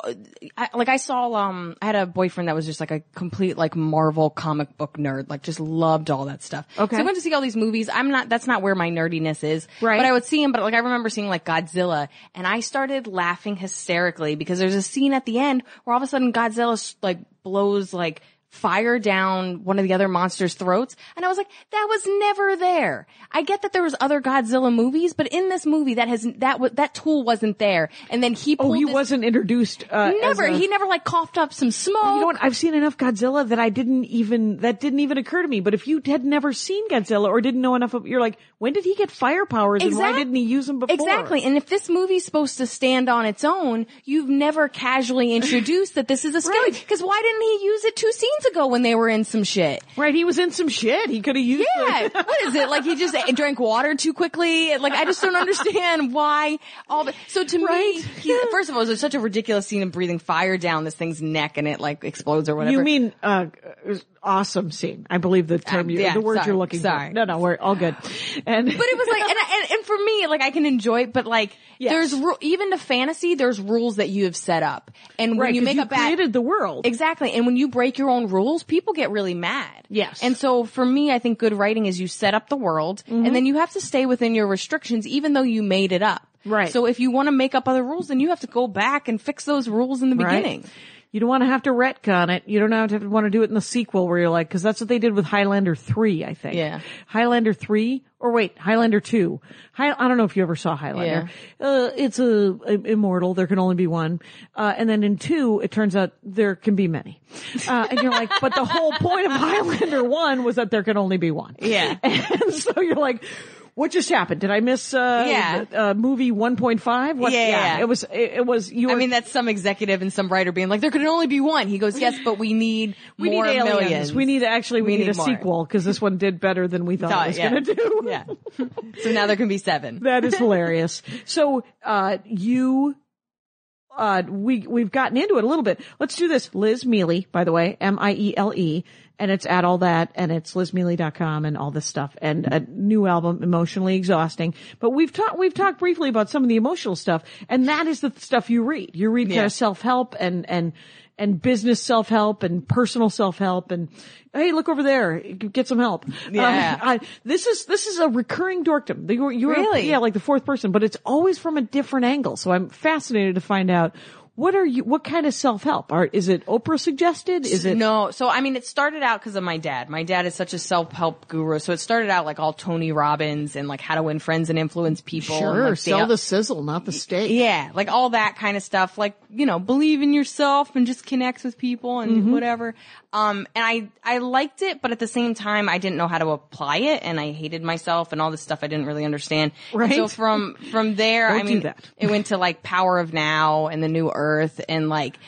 Speaker 3: uh, I, like I saw, um, I had a boyfriend that was just like a complete like Marvel comic book nerd, like just loved all that stuff.
Speaker 2: Okay.
Speaker 3: so I went to see all these movies. I'm not, that's not where my nerdiness is.
Speaker 2: Right.
Speaker 3: But I would see him, but like I remember seeing like Godzilla, and I started laughing hysterically because there's a scene at the end where all of a sudden Godzilla s- like blows like fire down one of the other monsters' throats, and I was like, that was never there. I get that there was other Godzilla movies, but in this movie, that has that was that tool wasn't there. And then he
Speaker 2: Oh,
Speaker 3: pulled
Speaker 2: he
Speaker 3: this-
Speaker 2: wasn't introduced, uh, as
Speaker 3: Never.
Speaker 2: a-
Speaker 3: he never like coughed up some smoke.
Speaker 2: you know what? I've seen enough Godzilla that I didn't even, that didn't even occur to me. But if you had never seen Godzilla or didn't know enough of, you're like, when did he get fire powers and
Speaker 3: Exact-
Speaker 2: why didn't he use them before?
Speaker 3: Exactly. And if this movie's supposed to stand on its own, you've never casually introduced that this is a
Speaker 2: Right.
Speaker 3: skeleton. Because why didn't he use it two scenes ago when they were in some shit?
Speaker 2: Right. He was in some shit. He could have used
Speaker 3: Yeah.
Speaker 2: the-
Speaker 3: what is it? Like he just drank water too quickly? Like I just don't understand why all the, so to me,
Speaker 2: Right.
Speaker 3: he, first of all, there's such a ridiculous scene of breathing fire down this thing's neck and it like explodes or whatever.
Speaker 2: You mean uh, awesome scene? I believe the term, you,
Speaker 3: yeah,
Speaker 2: the word
Speaker 3: sorry,
Speaker 2: you're looking
Speaker 3: sorry.
Speaker 2: for. No, no, we're all good. And
Speaker 3: But it was like, and, I- and, and for me, like I can enjoy it, but like
Speaker 2: Yes.
Speaker 3: there's ru- even to fantasy, there's rules that you have set up, and when
Speaker 2: right,
Speaker 3: you
Speaker 2: 'cause
Speaker 3: make
Speaker 2: you
Speaker 3: a bad
Speaker 2: created the world.
Speaker 3: exactly, and when you break your own rules, people get really mad.
Speaker 2: Yes.
Speaker 3: and so for me, I think good writing is you set up the world,
Speaker 2: Mm-hmm.
Speaker 3: and then you have to stay within your restrictions, even though you made it up.
Speaker 2: Right.
Speaker 3: So if you want to make up other rules, then you have to go back and fix those rules in the
Speaker 2: right?
Speaker 3: beginning.
Speaker 2: You don't want to have to retcon it. You don't have to want to do it in the sequel where you're like, because that's what they did with Highlander 3, I think.
Speaker 3: Yeah.
Speaker 2: Highlander 3, or wait, Highlander 2. Hi- I don't know if you ever saw Highlander. Uh, it's a, a- immortal. There can only be one. Uh, and then in 2, it turns out there can be many. Uh, and you're like, but the whole point of Highlander 1 was that there can only be one.
Speaker 3: Yeah.
Speaker 2: And so you're like, what just happened? Did I miss uh,
Speaker 3: Yeah.
Speaker 2: uh movie 1.5? What-
Speaker 3: Yeah, yeah.
Speaker 2: It was it, it was you
Speaker 3: I
Speaker 2: were-
Speaker 3: mean, that's some executive and some writer being like, there could only be one. He goes, yes, but we need
Speaker 2: we
Speaker 3: more
Speaker 2: need aliens.
Speaker 3: millions.
Speaker 2: We need actually we,
Speaker 3: We
Speaker 2: need,
Speaker 3: need
Speaker 2: a
Speaker 3: more.
Speaker 2: sequel because this one did better than we thought it was
Speaker 3: yeah.
Speaker 2: going to do.
Speaker 3: yeah. So now there can be seven.
Speaker 2: That is hilarious. So, uh, you, uh, we, we've gotten into it a little bit. Let's do this. Liz Mealy, by the way, M-I-E-L-E, E, and it's at all that, and it's lizmealy.com and all this stuff, and a new album, Emotionally Exhausting. But we've talked, we've talked briefly about some of the emotional stuff, and that is the stuff you read. You read kind
Speaker 3: Yeah.
Speaker 2: of self-help and, and, and business self-help and personal self-help and, hey, look over there, get some help.
Speaker 3: Yeah.
Speaker 2: Uh, I- this is, this is a recurring dorkdom. You were, you were
Speaker 3: Really?
Speaker 2: yeah, like the fourth person, but it's always from a different angle. So I'm fascinated to find out what are you, what kind of self help? Are is it Oprah suggested? Is it
Speaker 3: No, so I mean, it started out because of my dad. My dad is such a self-help guru, so it started out like all Tony Robbins and like how to win friends and influence people. and,
Speaker 2: sure
Speaker 3: like,
Speaker 2: sell
Speaker 3: the-
Speaker 2: the sizzle, not the steak?
Speaker 3: Yeah, like all that kind of stuff. Like, you know, believe in yourself and just connect with people and
Speaker 2: Mm-hmm.
Speaker 3: whatever. Um, and I, I liked it, but at the same time, I didn't know how to apply it and I hated myself and all this stuff I didn't really understand. And
Speaker 2: Right.
Speaker 3: So from, from there,
Speaker 2: Don't
Speaker 3: I
Speaker 2: do
Speaker 3: mean,
Speaker 2: that.
Speaker 3: it went to like Power of Now and the New Earth and like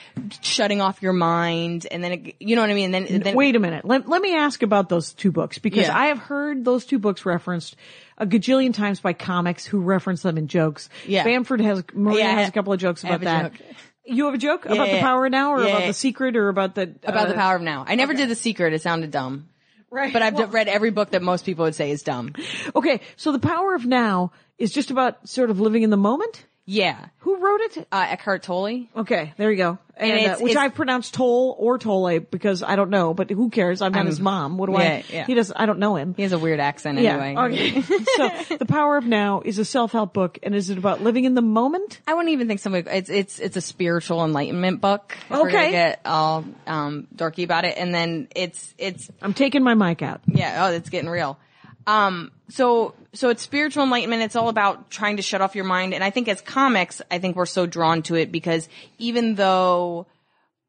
Speaker 3: shutting off your mind. And then, it, you know what I mean? And then, then
Speaker 2: Wait a minute. Let, let me ask about those two books because
Speaker 3: Yeah.
Speaker 2: I have heard those two books referenced a gajillion times by comics who reference them in jokes.
Speaker 3: Yeah.
Speaker 2: Bamford has, Maria
Speaker 3: Yeah, I
Speaker 2: has
Speaker 3: ha-
Speaker 2: a couple of jokes
Speaker 3: I have
Speaker 2: about that.
Speaker 3: a joke.
Speaker 2: You have a joke about the
Speaker 3: yeah.
Speaker 2: power now or
Speaker 3: Yeah,
Speaker 2: about
Speaker 3: yeah.
Speaker 2: the secret or about the,
Speaker 3: about
Speaker 2: uh,
Speaker 3: the Power of Now. I never did The Secret. It sounded dumb.
Speaker 2: Right.
Speaker 3: But I've
Speaker 2: Well-
Speaker 3: read every book that most people would say is dumb.
Speaker 2: Okay. So the power of now is just about sort of living in the moment.
Speaker 3: Yeah.
Speaker 2: Who wrote it?
Speaker 3: Uh, Eckhart Tolle.
Speaker 2: Okay, there you go. And,
Speaker 3: it's-
Speaker 2: uh, which
Speaker 3: it's-
Speaker 2: I've pronounced Toll or Tolle because I don't know, but who cares? I'm not his mom. What do I?
Speaker 3: yeah, yeah.
Speaker 2: He doesn't. I don't know him.
Speaker 3: He has a weird accent
Speaker 2: Yeah.
Speaker 3: anyway.
Speaker 2: Okay. so the power of now is a self-help book, and is it about living in the moment?
Speaker 3: I wouldn't even think somebody. It's it's it's a spiritual enlightenment book. If We're
Speaker 2: Okay.
Speaker 3: gonna get all um, dorky about it, and then it's it's
Speaker 2: I'm taking my mic out.
Speaker 3: yeah. Oh, it's getting real. Um. So so it's spiritual enlightenment. It's all about trying to shut off your mind. And I think as comics, I think we're so drawn to it because even though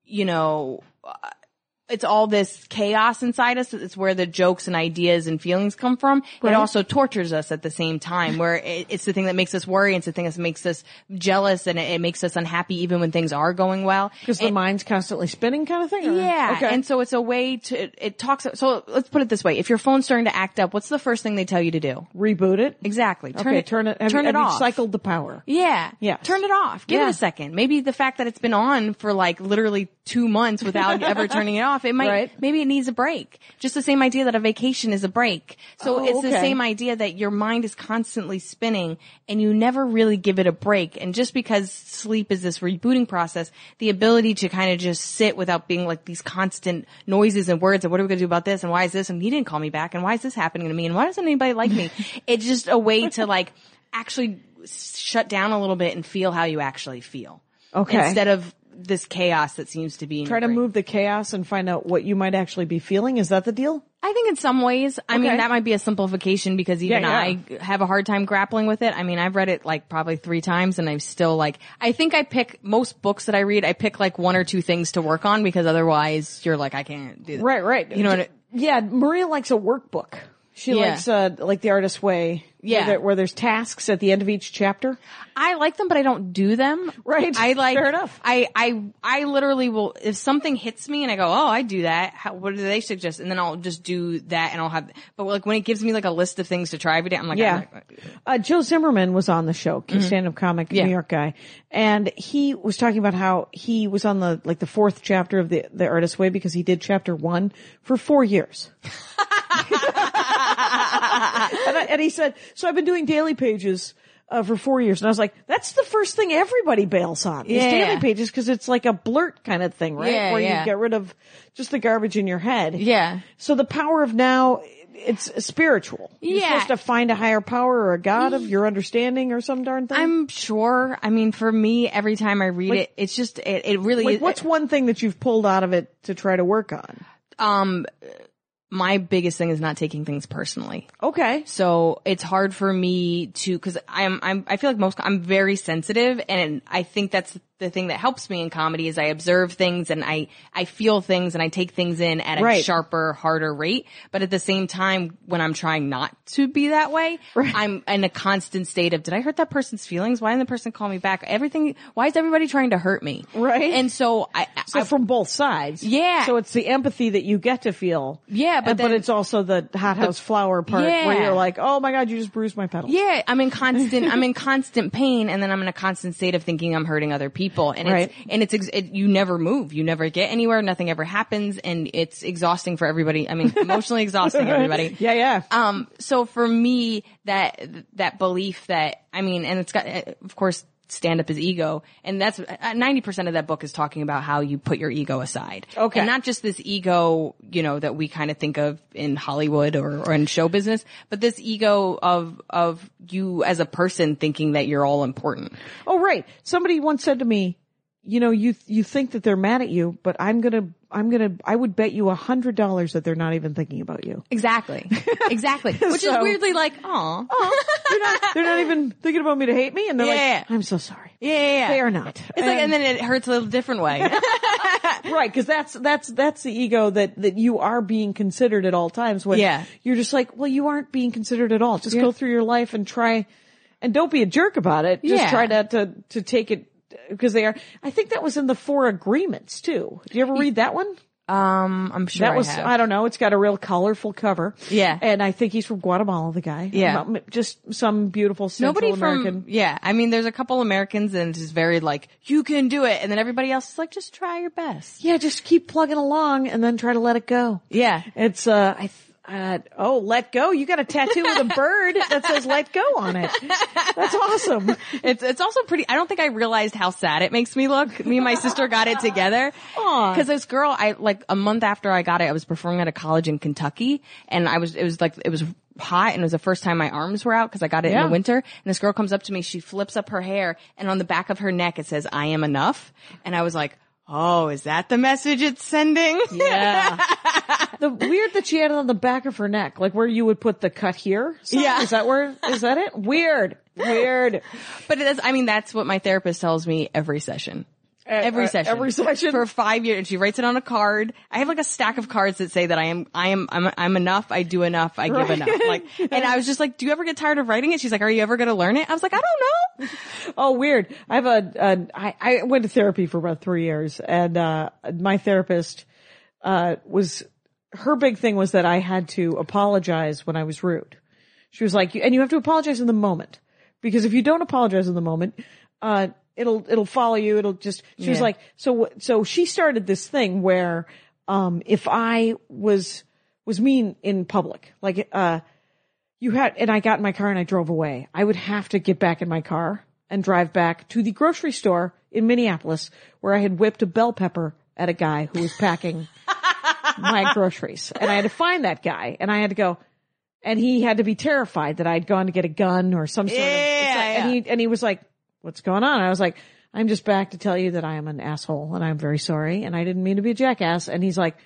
Speaker 3: you know uh, it's all this chaos inside us. It's where the jokes and ideas and feelings come from. It also tortures us at the same time, where it, it's the thing that makes us worry. It's the thing that makes us jealous, and it, it makes us unhappy even when things are going well.
Speaker 2: Because the mind's constantly spinning, kind of thing. or-
Speaker 3: Yeah.
Speaker 2: Okay.
Speaker 3: And so it's a way to, it, it talks, so let's put it this way. If your phone's starting to act up, what's the first thing they tell you to do?
Speaker 2: reboot it.
Speaker 3: Exactly. Turn
Speaker 2: okay.
Speaker 3: it,
Speaker 2: Turn it. Have,
Speaker 3: turn
Speaker 2: you-
Speaker 3: it
Speaker 2: have you
Speaker 3: off.
Speaker 2: Cycled the power.
Speaker 3: Yeah.
Speaker 2: Yes.
Speaker 3: Turn it off. Give
Speaker 2: Yeah.
Speaker 3: it a second. Maybe the fact that it's been on for like literally two months without ever turning it off, it might,
Speaker 2: Right.
Speaker 3: maybe it needs a break. Just the same idea that a vacation is a break. So
Speaker 2: Oh,
Speaker 3: it's
Speaker 2: okay.
Speaker 3: the same idea that your mind is constantly spinning and you never really give it a break. And just because sleep is this rebooting process, the ability to kind of just sit without being like these constant noises and words and what are we going to do about this? And why is this? And he didn't call me back. And why is this happening to me? And why doesn't anybody like me? it's just a way to like actually shut down a little bit and feel how you actually feel.
Speaker 2: Okay.
Speaker 3: Instead of this chaos that seems to be in
Speaker 2: Try
Speaker 3: your
Speaker 2: to
Speaker 3: brain.
Speaker 2: move the chaos and find out what you might actually be feeling. Is that the deal?
Speaker 3: I think in some ways, I
Speaker 2: Okay.
Speaker 3: mean, that might be a simplification because even
Speaker 2: Yeah,
Speaker 3: I have a hard time grappling with it. I mean, I've read it like probably three times and I'm still like, I think I pick most books that I read, I pick like one or two things to work on because otherwise you're like, I can't do that.
Speaker 2: Right, right.
Speaker 3: You know what I-
Speaker 2: Yeah, Maria likes a workbook. She
Speaker 3: Yeah.
Speaker 2: likes uh, like the artist's way. where,
Speaker 3: Yeah.
Speaker 2: there- where there's tasks at the end of each chapter.
Speaker 3: I like them, but I don't do them.
Speaker 2: Right.
Speaker 3: I like.
Speaker 2: Fair enough.
Speaker 3: I I I literally will if something hits me and I go, oh, I do that. How, what do they suggest? And then I'll just do that, and I'll have. But like when it gives me like a list of things to try every day, I'm like,
Speaker 2: Yeah.
Speaker 3: I'm like,
Speaker 2: Uh, Joe Zimmerman was on the show, stand-up comic,
Speaker 3: Mm-hmm. Yeah.
Speaker 2: New York guy, and he was talking about how he was on the like the fourth chapter of the the Artist's Way because he did chapter one for four years. and, I, and he said, "So I've been doing daily pages." Uh, for four years, and I was like, "That's the first thing everybody bails on is
Speaker 3: Yeah.
Speaker 2: daily pages because it's like a blurt kind of thing, right?
Speaker 3: Yeah,
Speaker 2: Where you
Speaker 3: yeah.
Speaker 2: get rid of just the garbage in your head."
Speaker 3: Yeah.
Speaker 2: So the power of now it's spiritual. You're
Speaker 3: Yeah.
Speaker 2: supposed to find a higher power or a god of your understanding or some darn thing.
Speaker 3: I'm sure. I mean, for me, every time I read it, it's just it, it really
Speaker 2: like,
Speaker 3: is.
Speaker 2: what's one thing that you've pulled out of it to try to work on?
Speaker 3: um my biggest thing is not taking things personally.
Speaker 2: Okay.
Speaker 3: So it's hard for me to, cause I'm, I'm, I feel like most, I'm very sensitive and I think that's the thing that helps me in comedy is I observe things and I, I feel things and I take things in at a
Speaker 2: Right.
Speaker 3: sharper, harder rate. But at the same time, when I'm trying not to be that way, I'm in a constant state of, did I hurt that person's feelings? Why didn't the person call me back? Everything, why is everybody trying to hurt me?
Speaker 2: Right.
Speaker 3: And so I,
Speaker 2: So
Speaker 3: I
Speaker 2: from both sides.
Speaker 3: Yeah.
Speaker 2: So it's the empathy that you get to feel.
Speaker 3: Yeah, but
Speaker 2: And-
Speaker 3: then-
Speaker 2: but it's also the hothouse flower part where
Speaker 3: Yeah.
Speaker 2: you're like, oh my god, you just bruised my pedal.
Speaker 3: Yeah, I'm in constant, I'm in constant pain, and then I'm in a constant state of thinking I'm hurting other people, and
Speaker 2: Right.
Speaker 3: it's and it's ex- it, you never move, you never get anywhere, nothing ever happens, and it's exhausting for everybody. I mean, emotionally exhausting everybody.
Speaker 2: Yeah, yeah.
Speaker 3: Um. So for me, that that belief that I mean, and it's got uh, of course. Stand up is ego, and that's uh, ninety percent of that book is talking about how you put your ego aside,
Speaker 2: Okay.
Speaker 3: and not just this ego, you know, that we kind of think of in Hollywood or, or in show business, but this ego of, of you as a person thinking that you're all important.
Speaker 2: Oh, right. Somebody once said to me, you know, you, you think that they're mad at you, but I'm gonna, I'm gonna, I would bet you a hundred dollars that they're not even thinking about you.
Speaker 3: Exactly. Exactly. Which
Speaker 2: So-
Speaker 3: is weirdly like, aw.
Speaker 2: They're not, they're not even thinking about me to hate me, and they're
Speaker 3: Yeah.
Speaker 2: like, I'm so sorry.
Speaker 3: Yeah, yeah, yeah.
Speaker 2: They are not.
Speaker 3: It's like, and then it hurts a little different way.
Speaker 2: right because that's that's that's the ego that that you are being considered at all times when
Speaker 3: Yeah.
Speaker 2: you're just like well you aren't being considered at all just go through your life and try and don't be a jerk about it just
Speaker 3: Yeah.
Speaker 2: try not to to take it because they are i think that was in the four agreements too do you ever read that one
Speaker 3: um, I'm sure
Speaker 2: that was
Speaker 3: I have.
Speaker 2: I don't know. It's got a real colorful cover.
Speaker 3: Yeah.
Speaker 2: and I think he's from Guatemala. The guy.
Speaker 3: Yeah.
Speaker 2: Um, just some beautiful Central
Speaker 3: Nobody
Speaker 2: American.
Speaker 3: from, yeah. I mean, there's a couple Americans and just very like, you can do it. And then everybody else is like, just try your best.
Speaker 2: yeah, just keep plugging along and then try to let it go.
Speaker 3: Yeah.
Speaker 2: It's uh, I th- uh, oh, let go. You got a tattoo with a bird that says "Let Go" on it. That's awesome.
Speaker 3: It's it's also pretty. I don't think I realized how sad it makes me look. Me and my sister got it together
Speaker 2: Aw.
Speaker 3: because this girl, I like a month after I got it, I was performing at a college in Kentucky, and I was it was like it was hot, and it was the first time my arms were out because I got it in
Speaker 2: Yeah.
Speaker 3: the winter. And this girl comes up to me, she flips up her hair, and on the back of her neck it says "I am enough," and I was like. Oh, is that the message it's sending?
Speaker 2: Yeah. the weird that she had it on the back of her neck, like where you would put the cut here. So,
Speaker 3: Yeah.
Speaker 2: Is that where? Is that it? Weird. Weird.
Speaker 3: But it is, I mean, that's what my therapist tells me every session.
Speaker 2: uh,
Speaker 3: Every session.
Speaker 2: every session?
Speaker 3: For five years. And she writes it on a card. I have like a stack of cards that say that I am, I am, I'm, I'm enough. I do enough. I give enough. Like, and I was just like, do you ever get tired of writing it? She's like, are you ever going to learn it? I was like, I don't know.
Speaker 2: Oh, weird. I have a, a I, I went to therapy for about three years and, uh, my therapist, uh, was, her big thing was that I had to apologize when I was rude. She was like, and you have to apologize in the moment because if you don't apologize in the moment, uh, it'll, it'll follow you. It'll just, she was
Speaker 3: Yeah.
Speaker 2: like, so, wh- so she started this thing where, um, if I was, was mean in public, like, uh, you had and I got in my car and I drove away. I would have to get back in my car and drive back to the grocery store in Minneapolis where I had whipped a bell pepper at a guy who was packing my groceries. And I had to find that guy and I had to go and he had to be terrified that I'd gone to get a gun or some sort of it's like-
Speaker 3: Yeah, yeah.
Speaker 2: and he and he was like, What's going on? I was like, I'm just back to tell you that I am an asshole and I'm very sorry and I didn't mean to be a jackass and he's like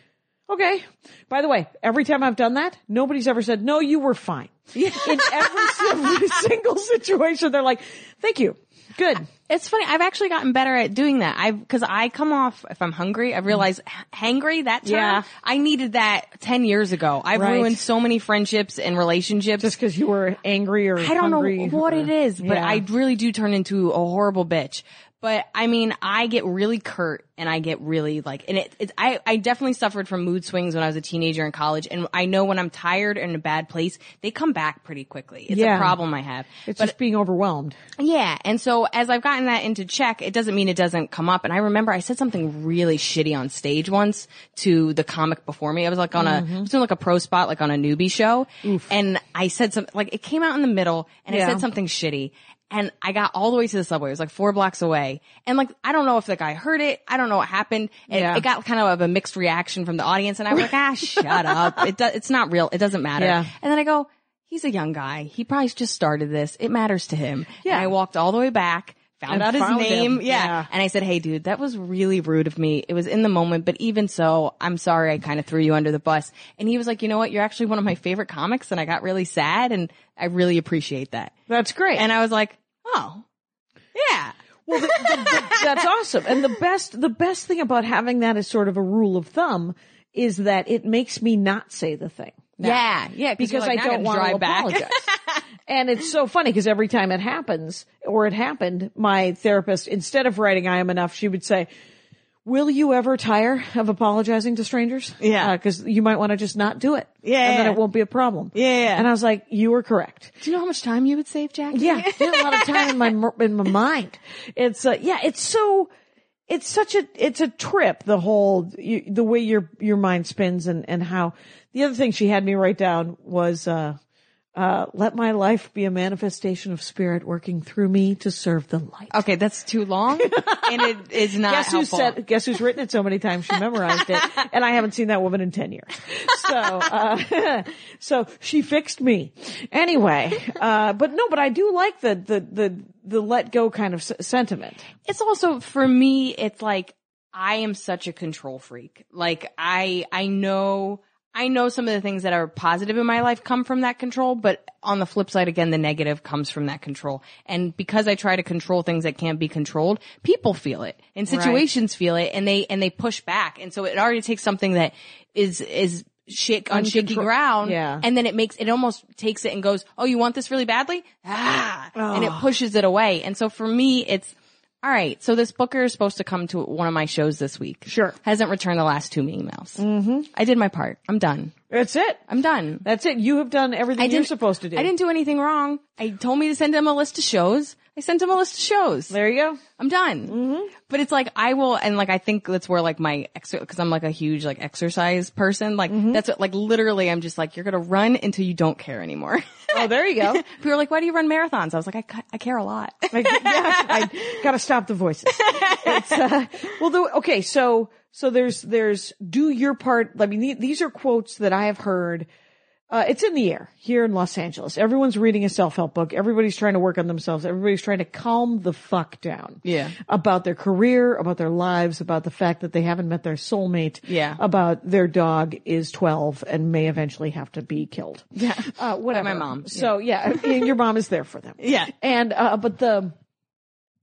Speaker 2: Okay. By the way, every time I've done that, nobody's ever said, no, you were fine. In every, every single situation, they're like, thank you. Good.
Speaker 3: It's funny. I've actually gotten better at doing that. I've, cause I come off, if I'm hungry, I realize h- hangry, that term,
Speaker 2: Yeah.
Speaker 3: I needed that 10 years ago. I've
Speaker 2: Right.
Speaker 3: ruined so many friendships and relationships.
Speaker 2: Just because you were angry or
Speaker 3: I don't know
Speaker 2: hungry
Speaker 3: what
Speaker 2: or-
Speaker 3: it is, but
Speaker 2: Yeah.
Speaker 3: I really do turn into a horrible bitch. But I mean, I get really curt and I get really like, and it, it I, I definitely suffered from mood swings when I was a teenager in college. And I know when I'm tired and in a bad place, they come back pretty quickly. It's
Speaker 2: Yeah.
Speaker 3: a problem I have.
Speaker 2: It's
Speaker 3: but
Speaker 2: just being overwhelmed.
Speaker 3: yeah. And so as I've gotten that into check, it doesn't mean it doesn't come up. And I remember I said something really shitty on stage once to the comic before me. I was like on a, I was doing like a pro spot, like on a newbie show. And I said something, like it came out in the middle and
Speaker 2: Yeah.
Speaker 3: I said something shitty. And I got all the way to the subway. It was like four blocks away. And like, I don't know if the guy heard it. I don't know what happened. It,
Speaker 2: Yeah.
Speaker 3: it got kind of a mixed reaction from the audience. And I was like, ah, shut up. It do, it's not real. It doesn't matter.
Speaker 2: Yeah.
Speaker 3: And then I go, he's a young guy. He probably just started this. It matters to him.
Speaker 2: Yeah.
Speaker 3: And I walked all the way back, found
Speaker 2: And
Speaker 3: out his
Speaker 2: found
Speaker 3: name.
Speaker 2: him. Yeah.
Speaker 3: And I said, Hey dude, that was really rude of me. It was in the moment, but even so, I'm sorry I kind of threw you under the bus. And he was like, you know what? You're actually one of my favorite comics. And I got really sad and I really appreciate that.
Speaker 2: That's great.
Speaker 3: And I was like, Oh, yeah.
Speaker 2: Well, the, the, the- that's awesome. And the best, the best thing about having that as sort of a rule of thumb is that it makes me not say the thing.
Speaker 3: Yeah. Yeah.
Speaker 2: Because
Speaker 3: you're like,
Speaker 2: I
Speaker 3: "Now
Speaker 2: don't
Speaker 3: gotta
Speaker 2: want to
Speaker 3: drive back."
Speaker 2: apologize. and it's so funny because every time it happens or it happened, my therapist, instead of writing I am enough, she would say, Will you ever tire of apologizing to strangers?
Speaker 3: Yeah.
Speaker 2: Because you might want to just not do it.
Speaker 3: Yeah,
Speaker 2: And then
Speaker 3: yeah.
Speaker 2: it won't be a problem.
Speaker 3: Yeah, yeah.
Speaker 2: And I was like, you were correct.
Speaker 3: Do you know how much time you would save, Jackie?
Speaker 2: Yeah, I spent a lot of time in my mer- in my mind. It's uh, yeah, it's so it's such a it's a trip the whole you, the way your your mind spins and and how the other thing she had me write down was uh uh let my life be a manifestation of spirit working through me to serve the light.
Speaker 3: Okay. That's too long and it is not
Speaker 2: Guess who
Speaker 3: helpful.
Speaker 2: said? Guess who's written it so many times she memorized it, and I haven't seen that woman in ten years. So, uh, so she fixed me anyway. Uh, but no, but I do like the the the the let go kind of s- sentiment.
Speaker 3: it's also for me it's like i am such a control freak like i i know i know some of the things that are positive in my life come from that control but on the flip side again the negative comes from that control and because i try to control things that can't be controlled people feel it and situations feel it and they and they push back and so it already takes something that is is shake on shaky
Speaker 2: Uncontro-
Speaker 3: ground
Speaker 2: Yeah.
Speaker 3: and then it makes it almost takes it and goes oh you want this really badly ah and it pushes it away and so for me it's all right, so this booker is supposed to come to one of my shows this week.
Speaker 2: Sure.
Speaker 3: Hasn't returned the last two emails. Mm-hmm. I did my part. I'm done.
Speaker 2: That's it.
Speaker 3: I'm done.
Speaker 2: That's it. You have done everything you're supposed to do.
Speaker 3: I didn't do anything wrong. I told me to send him a list of shows. I sent him a list of shows.
Speaker 2: There you go.
Speaker 3: I'm done.
Speaker 2: Mm-hmm.
Speaker 3: But it's like I will, and like I think that's where like my exercise, because I'm like a huge like exercise person. Like
Speaker 2: Mm-hmm.
Speaker 3: that's what, like literally, I'm just like you're gonna run until you don't care anymore.
Speaker 2: Oh, there you go.
Speaker 3: People are like, why do you run marathons? I was like, I, ca- I care a lot.
Speaker 2: Like, yeah, I gotta stop the voices. It's, uh, well, the, okay, so so there's there's do your part. I mean, the, these are quotes that I have heard. Uh, it's in the air here in Los Angeles. Everyone's reading a self help book. Everybody's trying to work on themselves. Everybody's trying to calm the fuck down.
Speaker 3: Yeah.
Speaker 2: About their career, about their lives, about the fact that they haven't met their soulmate.
Speaker 3: Yeah.
Speaker 2: About their dog is 12 and may eventually have to be killed. Yeah. Uh, whatever.
Speaker 3: my mom.
Speaker 2: So yeah, and your mom is there for them.
Speaker 3: Yeah.
Speaker 2: And, uh, but the,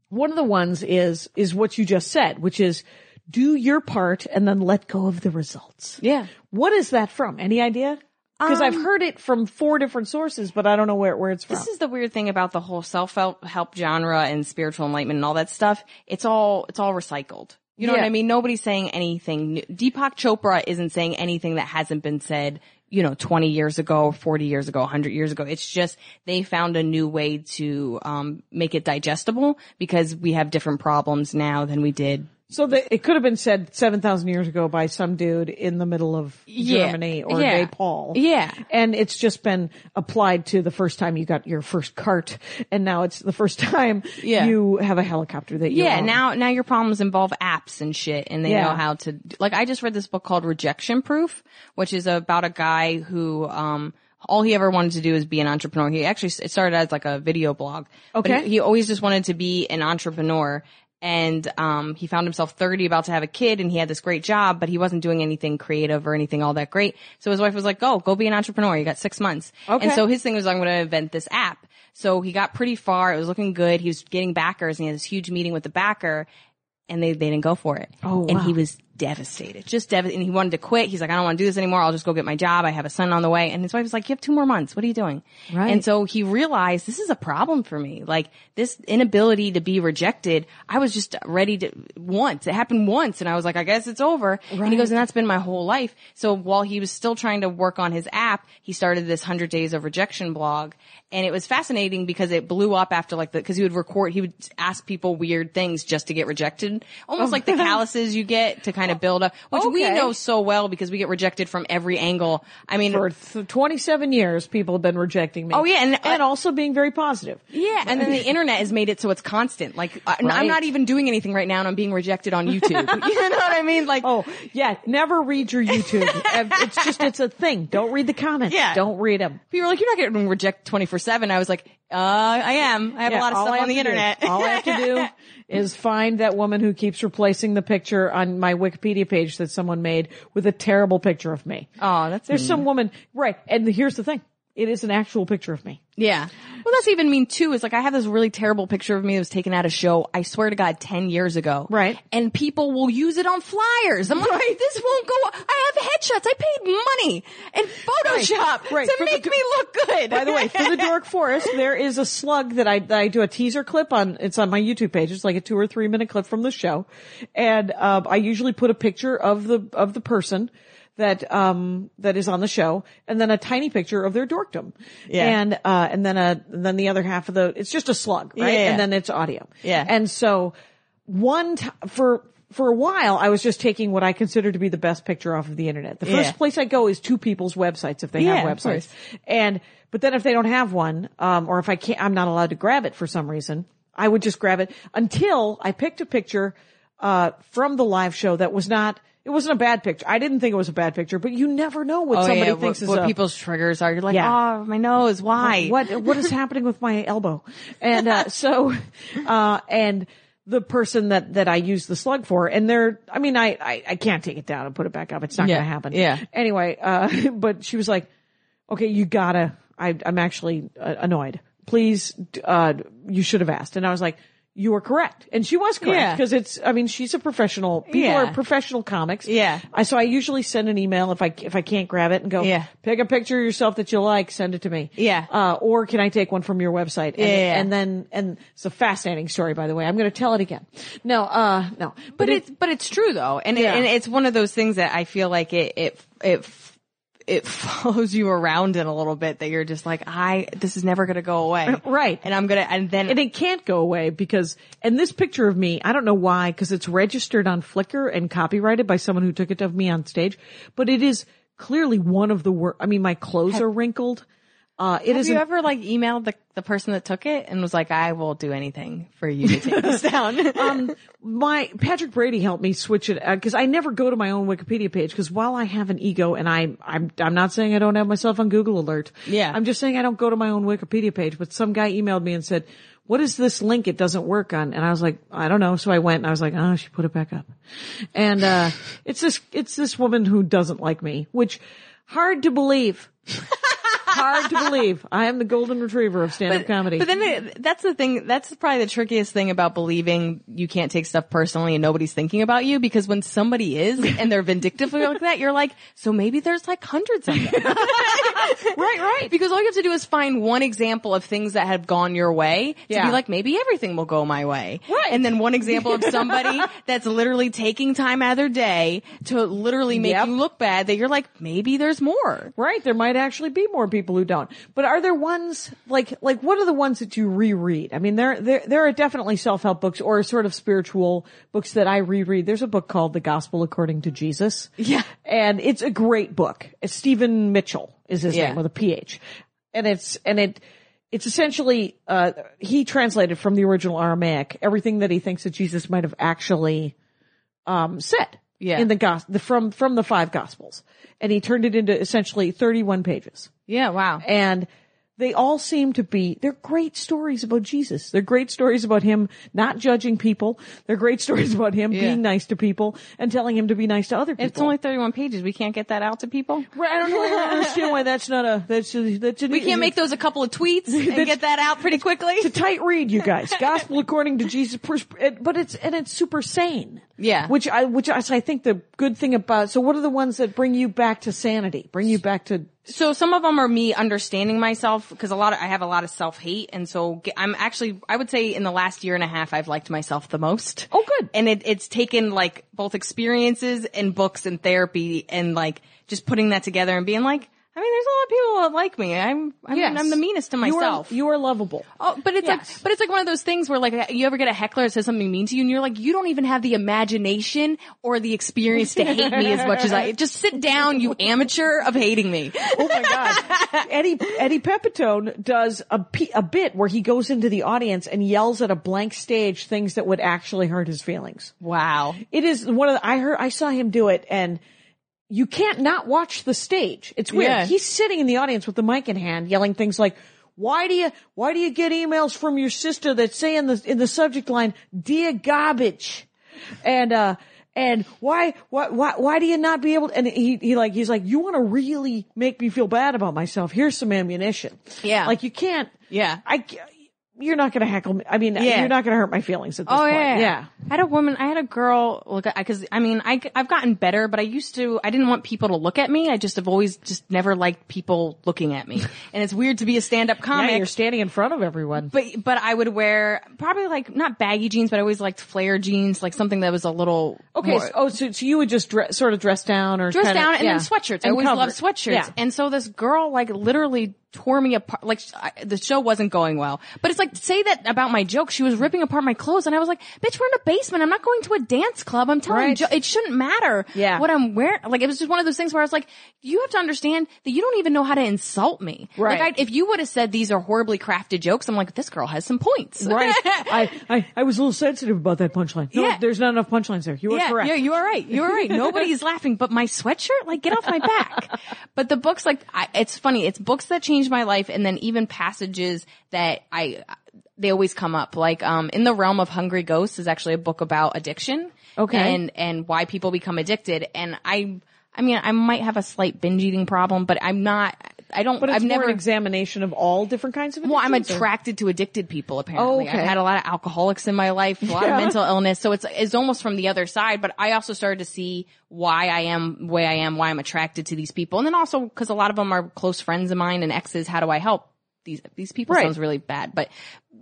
Speaker 2: one of the ones is, is what you just said, which is do your part and then let go of the results.
Speaker 3: yeah.
Speaker 2: What is that from? Any idea? Because I've heard it from four different sources, but I don't know where, where it's from.
Speaker 3: Um, This is the weird thing about the whole self-help genre and spiritual enlightenment and all that stuff. It's all, it's all recycled. You know
Speaker 2: Yeah.
Speaker 3: what I mean? Nobody's saying anything new. Deepak Chopra isn't saying anything that hasn't been said, you know, 20 years ago, 40 years ago, 100 years ago. It's just they found a new way to, um, make it digestible because we have different problems now than we did
Speaker 2: so the, it could have been said 7,000 years ago by some dude in the middle of
Speaker 3: Yeah.
Speaker 2: Germany or
Speaker 3: Yeah.
Speaker 2: Nepal.
Speaker 3: Yeah.
Speaker 2: And it's just been applied to the first time you got your first cart and now it's the first time
Speaker 3: Yeah.
Speaker 2: you have a helicopter that you
Speaker 3: Yeah,
Speaker 2: own.
Speaker 3: now now your problems involve apps and shit, and they
Speaker 2: Yeah.
Speaker 3: know how to. Like I just read this book called Rejection Proof, which is about a guy who um all he ever wanted to do is be an entrepreneur. He actually it started as like a video blog. but
Speaker 2: Okay.
Speaker 3: he, he always just wanted to be an entrepreneur. And um, he found himself 30, about to have a kid, and he had this great job, but he wasn't doing anything creative or anything all that great. So his wife was like, "Go, go be an entrepreneur. You got six months."
Speaker 2: Okay.
Speaker 3: And so his thing was, "I'm going to invent this app." So he got pretty far. It was looking good. He was getting backers, and he had this huge meeting with the backer, and they, they didn't go for it.
Speaker 2: Oh,
Speaker 3: and
Speaker 2: wow.
Speaker 3: he was devastated, just devastated. And he wanted to quit. He's like, I don't want to do this anymore. I'll just go get my job. I have a son on the way. And his wife was like, You have two more months. What are you doing?
Speaker 2: Right.
Speaker 3: And so he realized this is a problem for me. Like this inability to be rejected. I was just ready to once. It happened once, and I was like, I guess it's over. And he goes, and that's been my whole life. So while he was still trying to work on his app, he started this hundred days of rejection blog, and it was fascinating because it blew up after like the because he would record, he would ask people weird things just to get rejected, almost like the calluses you get to kind kind of build up, which we
Speaker 2: Oh. Okay.
Speaker 3: know so well because we get rejected from every angle. I mean,
Speaker 2: For th- 27 years, people have been rejecting me.
Speaker 3: Oh, yeah,
Speaker 2: and,
Speaker 3: and-
Speaker 2: also being very positive.
Speaker 3: Yeah, and then the internet has made it so it's constant. Like I,
Speaker 2: Right.
Speaker 3: am not even doing anything right now, and I'm being rejected on YouTube. you know what I mean? Like,
Speaker 2: Oh, yeah, never read your YouTube. Uh, it's just, it's a thing. Don't read the comments.
Speaker 3: Yeah.
Speaker 2: Don't read them.
Speaker 3: people are like, "You're not getting rejected 24 7 I was like, "Uh, I am. I have a lot of stuff on the internet."
Speaker 2: all I have to do is find that woman who keeps replacing the picture on my Wikipedia page that someone made with a terrible picture of me.
Speaker 3: oh, that's
Speaker 2: There's some woman, right? And here's the thing: it is an actual picture of me.
Speaker 3: yeah. Well, that's even mean too. Is like I have this really terrible picture of me that was taken at a show. I swear to God, 10 years ago.
Speaker 2: Right.
Speaker 3: And people will use it on flyers. I'm like, this won't go. I have headshots. I paid money and Photoshop
Speaker 2: right.
Speaker 3: to
Speaker 2: For the
Speaker 3: make
Speaker 2: do-
Speaker 3: me look good.
Speaker 2: By the way, for the Dork Forest, there is a slug that I, that I do a teaser clip on. It's on my YouTube page. It's like a two or three minute clip from the show, and um, I usually put a picture of the of the person that um that is on the show, and then a tiny picture of their dorkdom.
Speaker 3: Yeah.
Speaker 2: And uh, and then a then the other half of the it's just a slug, right?
Speaker 3: Yeah, yeah.
Speaker 2: And then it's audio.
Speaker 3: Yeah.
Speaker 2: And so one t- for. For a while, I was just taking what I consider to be the best picture off of the internet. The first
Speaker 3: Yeah.
Speaker 2: place I go is to people's websites if they
Speaker 3: Yeah,
Speaker 2: have
Speaker 3: of
Speaker 2: websites.
Speaker 3: course.
Speaker 2: And, but then if they don't have one, um, or if I can't, I'm not allowed to grab it for some reason, I would just grab it until I picked a picture, uh, from the live show that was not, it wasn't a bad picture. I didn't think it was a bad picture, but you never know what
Speaker 3: Oh,
Speaker 2: somebody
Speaker 3: yeah,
Speaker 2: thinks
Speaker 3: what,
Speaker 2: is
Speaker 3: what
Speaker 2: a,
Speaker 3: people's triggers are. You're like,
Speaker 2: Yeah.
Speaker 3: oh, my nose. Why?
Speaker 2: What what is happening with my elbow? And uh, so, uh, and the person that that I use the slug for, and they're, I mean, I I, I can't take it down and put it back up. It's not
Speaker 3: Yeah,
Speaker 2: going to happen.
Speaker 3: yeah.
Speaker 2: Anyway, uh, but she was like, "Okay, you gotta." I, I'm actually uh, annoyed. Please, d- uh, you should have asked. And I was like. You were correct. And she was correct
Speaker 3: Yeah.
Speaker 2: because it's, I mean, she's a professional, people
Speaker 3: Yeah.
Speaker 2: are professional comics.
Speaker 3: Yeah.
Speaker 2: I, so I usually send an email if I, if I can't grab it and go,
Speaker 3: Yeah.
Speaker 2: pick a picture of yourself that you like, send it to me.
Speaker 3: Yeah.
Speaker 2: Uh, or can I take one from your website? And,
Speaker 3: Yeah.
Speaker 2: and then, and it's a fascinating story, by the way. I'm going to tell it again. No, uh, no, but,
Speaker 3: but
Speaker 2: it,
Speaker 3: it's but it's true though, and
Speaker 2: Yeah.
Speaker 3: it, and it's one of those things that I feel like it it it it follows you around in a little bit that you're just like I this is never gonna go away,
Speaker 2: Right.
Speaker 3: And I'm gonna and then
Speaker 2: and it can't go away because, and this picture of me, I don't know why, because it's registered on Flickr and copyrighted by someone who took it of me on stage, but it is clearly one of the worst. I mean, my clothes are wrinkled. Uh, it
Speaker 3: have
Speaker 2: is
Speaker 3: you
Speaker 2: an
Speaker 3: ever like emailed the the person that took it and was like I will do anything for you to take this down?
Speaker 2: um, my Patrick Brady helped me switch it because I never go to my own Wikipedia page because while I have an ego and I I'm I'm not saying I don't have myself on Google Alert.
Speaker 3: Yeah.
Speaker 2: I'm just saying I don't go to my own Wikipedia page. But some guy emailed me and said, "What is this link? It doesn't work on." And I was like, "I don't know." So I went and I was like, "Oh, she put it back up." And uh, it's this it's this woman who doesn't like me, which hard to believe. Hard to believe. I am the golden retriever of stand-up comedy.
Speaker 3: But then it, that's the thing. That's probably the trickiest thing about believing you can't take stuff personally and nobody's thinking about you because when somebody is and they're vindictively like that, you're like, so maybe there's like hundreds of them. right, right. Because all you have to do is find one example of things that have gone your way to
Speaker 2: Yeah.
Speaker 3: be like, maybe everything will go my way.
Speaker 2: Right.
Speaker 3: And then one example of somebody that's literally taking time out of their day to literally make
Speaker 2: Yep.
Speaker 3: you look bad that you're like, maybe there's more.
Speaker 2: Right. There might actually be more people who don't. But are there ones like like what are the ones that you reread? I mean, there there there are definitely self help books or sort of spiritual books that I reread. There's a book called The Gospel According to Jesus.
Speaker 3: Yeah.
Speaker 2: and it's a great book. It's Stephen Mitchell is his
Speaker 3: Yeah.
Speaker 2: name with a PH, and it's and it. It's essentially uh, he translated from the original Aramaic everything that he thinks that Jesus might have actually um, said
Speaker 3: Yeah.
Speaker 2: in the, gos- the from from the five gospels and he turned it into essentially 31 pages
Speaker 3: Yeah. Wow.
Speaker 2: and they all seem to be they're great stories about jesus they're great stories about him not judging people they're great stories about him
Speaker 3: Yeah.
Speaker 2: being nice to people and telling him to be nice to other people
Speaker 3: It's only 31 pages. We can't get that out to people.
Speaker 2: Right, I don't really understand why that's not a that's a, that's an,
Speaker 3: We can't make those a couple of tweets and get that out pretty quickly.
Speaker 2: it's a tight read, you guys. Gospel according to Jesus, pers- it- but it's and it's super sane.
Speaker 3: Yeah.
Speaker 2: which I which I, so I think the good thing about so what are the ones that bring you back to sanity, bring you back to
Speaker 3: So some of them are me understanding myself because a lot of, I have a lot of self hate. And so ge- I'm actually, I would say in the last year and a half, I've liked myself the most.
Speaker 2: Oh, good.
Speaker 3: And it, it's taken like both experiences and books and therapy and like just putting that together and being like, I mean, there's a lot of people that like me. I'm, I'm,
Speaker 4: Yes.
Speaker 3: I'm the meanest to myself.
Speaker 2: You are, you are lovable.
Speaker 3: Oh, but it's
Speaker 4: Yes.
Speaker 3: like, but it's like one of those things where like you ever get a heckler that says something mean to you, and you're like, you don't even have the imagination or the experience to hate me as much as I. Just sit down, you amateur of hating me.
Speaker 2: Oh my god! Eddie Eddie Pepitone does a pe- a bit where he goes into the audience and yells at a blank stage things that would actually hurt his feelings.
Speaker 3: Wow.
Speaker 2: It is one of the, I heard I saw him do it and you can't not watch the stage. It's weird.
Speaker 3: Yeah.
Speaker 2: He's sitting in the audience with the mic in hand yelling things like why do you why do you get emails from your sister that say in the in the subject line dear garbage and uh and why why why why do you not be able to and he he like he's like you want to really make me feel bad about myself here's some ammunition
Speaker 3: Yeah.
Speaker 2: like you can't
Speaker 3: Yeah.
Speaker 2: I ca- you're not gonna heckle me I mean
Speaker 3: Yeah.
Speaker 2: you're not gonna hurt my feelings at this point yeah
Speaker 3: Oh, I had a woman, I had a girl look at, cause I mean, I, have gotten better, but I used to, I didn't want people to look at me. I just have always just never liked people looking at me. And it's weird to be a stand-up comic.
Speaker 2: Yeah, you're standing in front of everyone.
Speaker 3: but but I would wear probably like not baggy jeans, but I always liked flare jeans, like something that was a little
Speaker 2: Okay.
Speaker 3: more-
Speaker 2: So, oh, so, so you would just dress, sort of dress down or
Speaker 3: dress
Speaker 2: kinda-
Speaker 3: down and
Speaker 2: yeah.
Speaker 3: then sweatshirts. I
Speaker 2: And
Speaker 3: always
Speaker 2: covered.
Speaker 3: loved sweatshirts.
Speaker 2: Yeah.
Speaker 3: And so this girl like literally tore me apart. Like sh- I, the show wasn't going well, but it's like to say that about my joke. She was ripping apart my clothes, and I was like, "Bitch, we're in a basement. I'm not going to a dance club. I'm telling
Speaker 2: Right.
Speaker 3: you, jo- it shouldn't matter
Speaker 2: Yeah.
Speaker 3: what I'm wearing." Like it was just one of those things where I was like, "You have to understand that you don't even know how to insult me."
Speaker 2: Right.
Speaker 3: Like I, if you would have said these are horribly crafted jokes, I'm like, "This girl has some points."
Speaker 2: Right. I, I, I was a little sensitive about that punchline. No,
Speaker 3: Yeah.
Speaker 2: there's not enough punchlines there. You are
Speaker 3: yeah,
Speaker 2: correct.
Speaker 3: Yeah, you are right. You are right. Nobody's laughing, but my sweatshirt, like, get off my back. But the books, like, I, it's funny. It's books that changed my life, and then even passages that I, they always come up. Like, um, in the realm of Hungry Ghosts is actually a book about addiction.
Speaker 2: Okay.
Speaker 3: And and why people become addicted. And I, I mean, I might have a slight binge eating problem, but I'm not. I don't.
Speaker 2: but it's
Speaker 3: I've
Speaker 2: more
Speaker 3: never
Speaker 2: an examination of all different kinds of.
Speaker 3: well, I'm
Speaker 2: addictions, or-
Speaker 3: attracted to addicted people. Apparently,
Speaker 2: Oh, okay.
Speaker 3: I've had a lot of alcoholics in my life, a lot of mental illness. So it's it's almost from the other side. But I also started to see why I am the way I am, why I'm attracted to these people, and then also because a lot of them are close friends of mine and exes. How do I help these these people?
Speaker 2: Right.
Speaker 3: Sounds really bad, but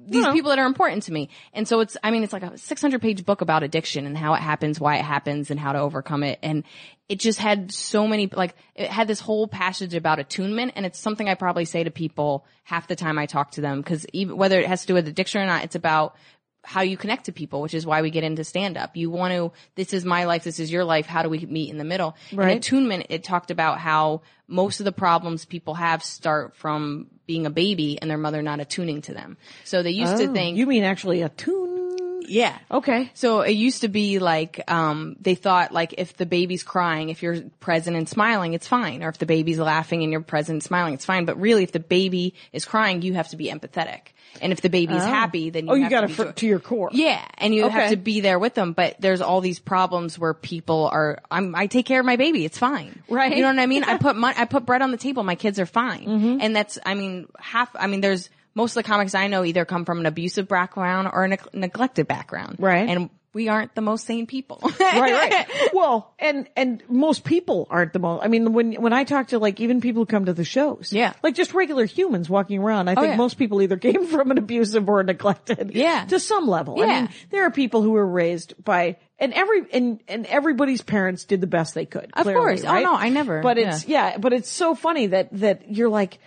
Speaker 3: these people that are important to me. And so it's I mean it's like a 600 page book about addiction and how it happens, why it happens, and how to overcome it. And it just had so many like it had this whole passage about attunement, and it's something I probably say to people half the time I talk to them because even whether it has to do with addiction or not, it's about how you connect to people, which is why we get into stand up. You want to, this is my life, this is your life. How do we meet in the middle?
Speaker 2: Right.
Speaker 3: In attunement, it talked about how most of the problems people have start from being a baby and their mother not attuning to them. So they used to
Speaker 2: Oh,
Speaker 3: think,
Speaker 2: You mean actually a tune?
Speaker 3: yeah.
Speaker 2: Okay.
Speaker 3: So it used to be like um, they thought like if the baby's crying, if you're present and smiling, it's fine, or if the baby's laughing and you're present and smiling, it's fine. But really, if the baby is crying, you have to be empathetic, and if the baby's happy, then you
Speaker 2: oh, you
Speaker 3: have
Speaker 2: got to
Speaker 3: to be
Speaker 2: fr-
Speaker 3: joy-
Speaker 2: to your core.
Speaker 3: yeah, and you
Speaker 2: Okay.
Speaker 3: have to be there with them. But there's all these problems where people are. I'm, I take care of my baby. It's fine.
Speaker 2: Right.
Speaker 3: You know what I mean? I put mon- I put bread on the table. My kids are fine.
Speaker 2: Mm-hmm.
Speaker 3: And that's. I mean, half. I mean, there's most of the comics I know either come from an abusive background or a neg- neglected background.
Speaker 2: Right.
Speaker 3: And we aren't the most sane people.
Speaker 2: right, right. Well, and and most people aren't the most. I mean, when when I talk to like even people who come to the shows,
Speaker 3: Yeah. Oh,
Speaker 2: like just regular humans walking around, I think
Speaker 3: yeah.
Speaker 2: most people either came from an abusive or neglected,
Speaker 3: Yeah.
Speaker 2: to some level. I
Speaker 3: Yeah.
Speaker 2: mean, there are people who were raised by and every and and everybody's parents did the best they could. Of
Speaker 3: course. Oh, no, I never.
Speaker 2: But it's yeah. but it's so funny that that you're like,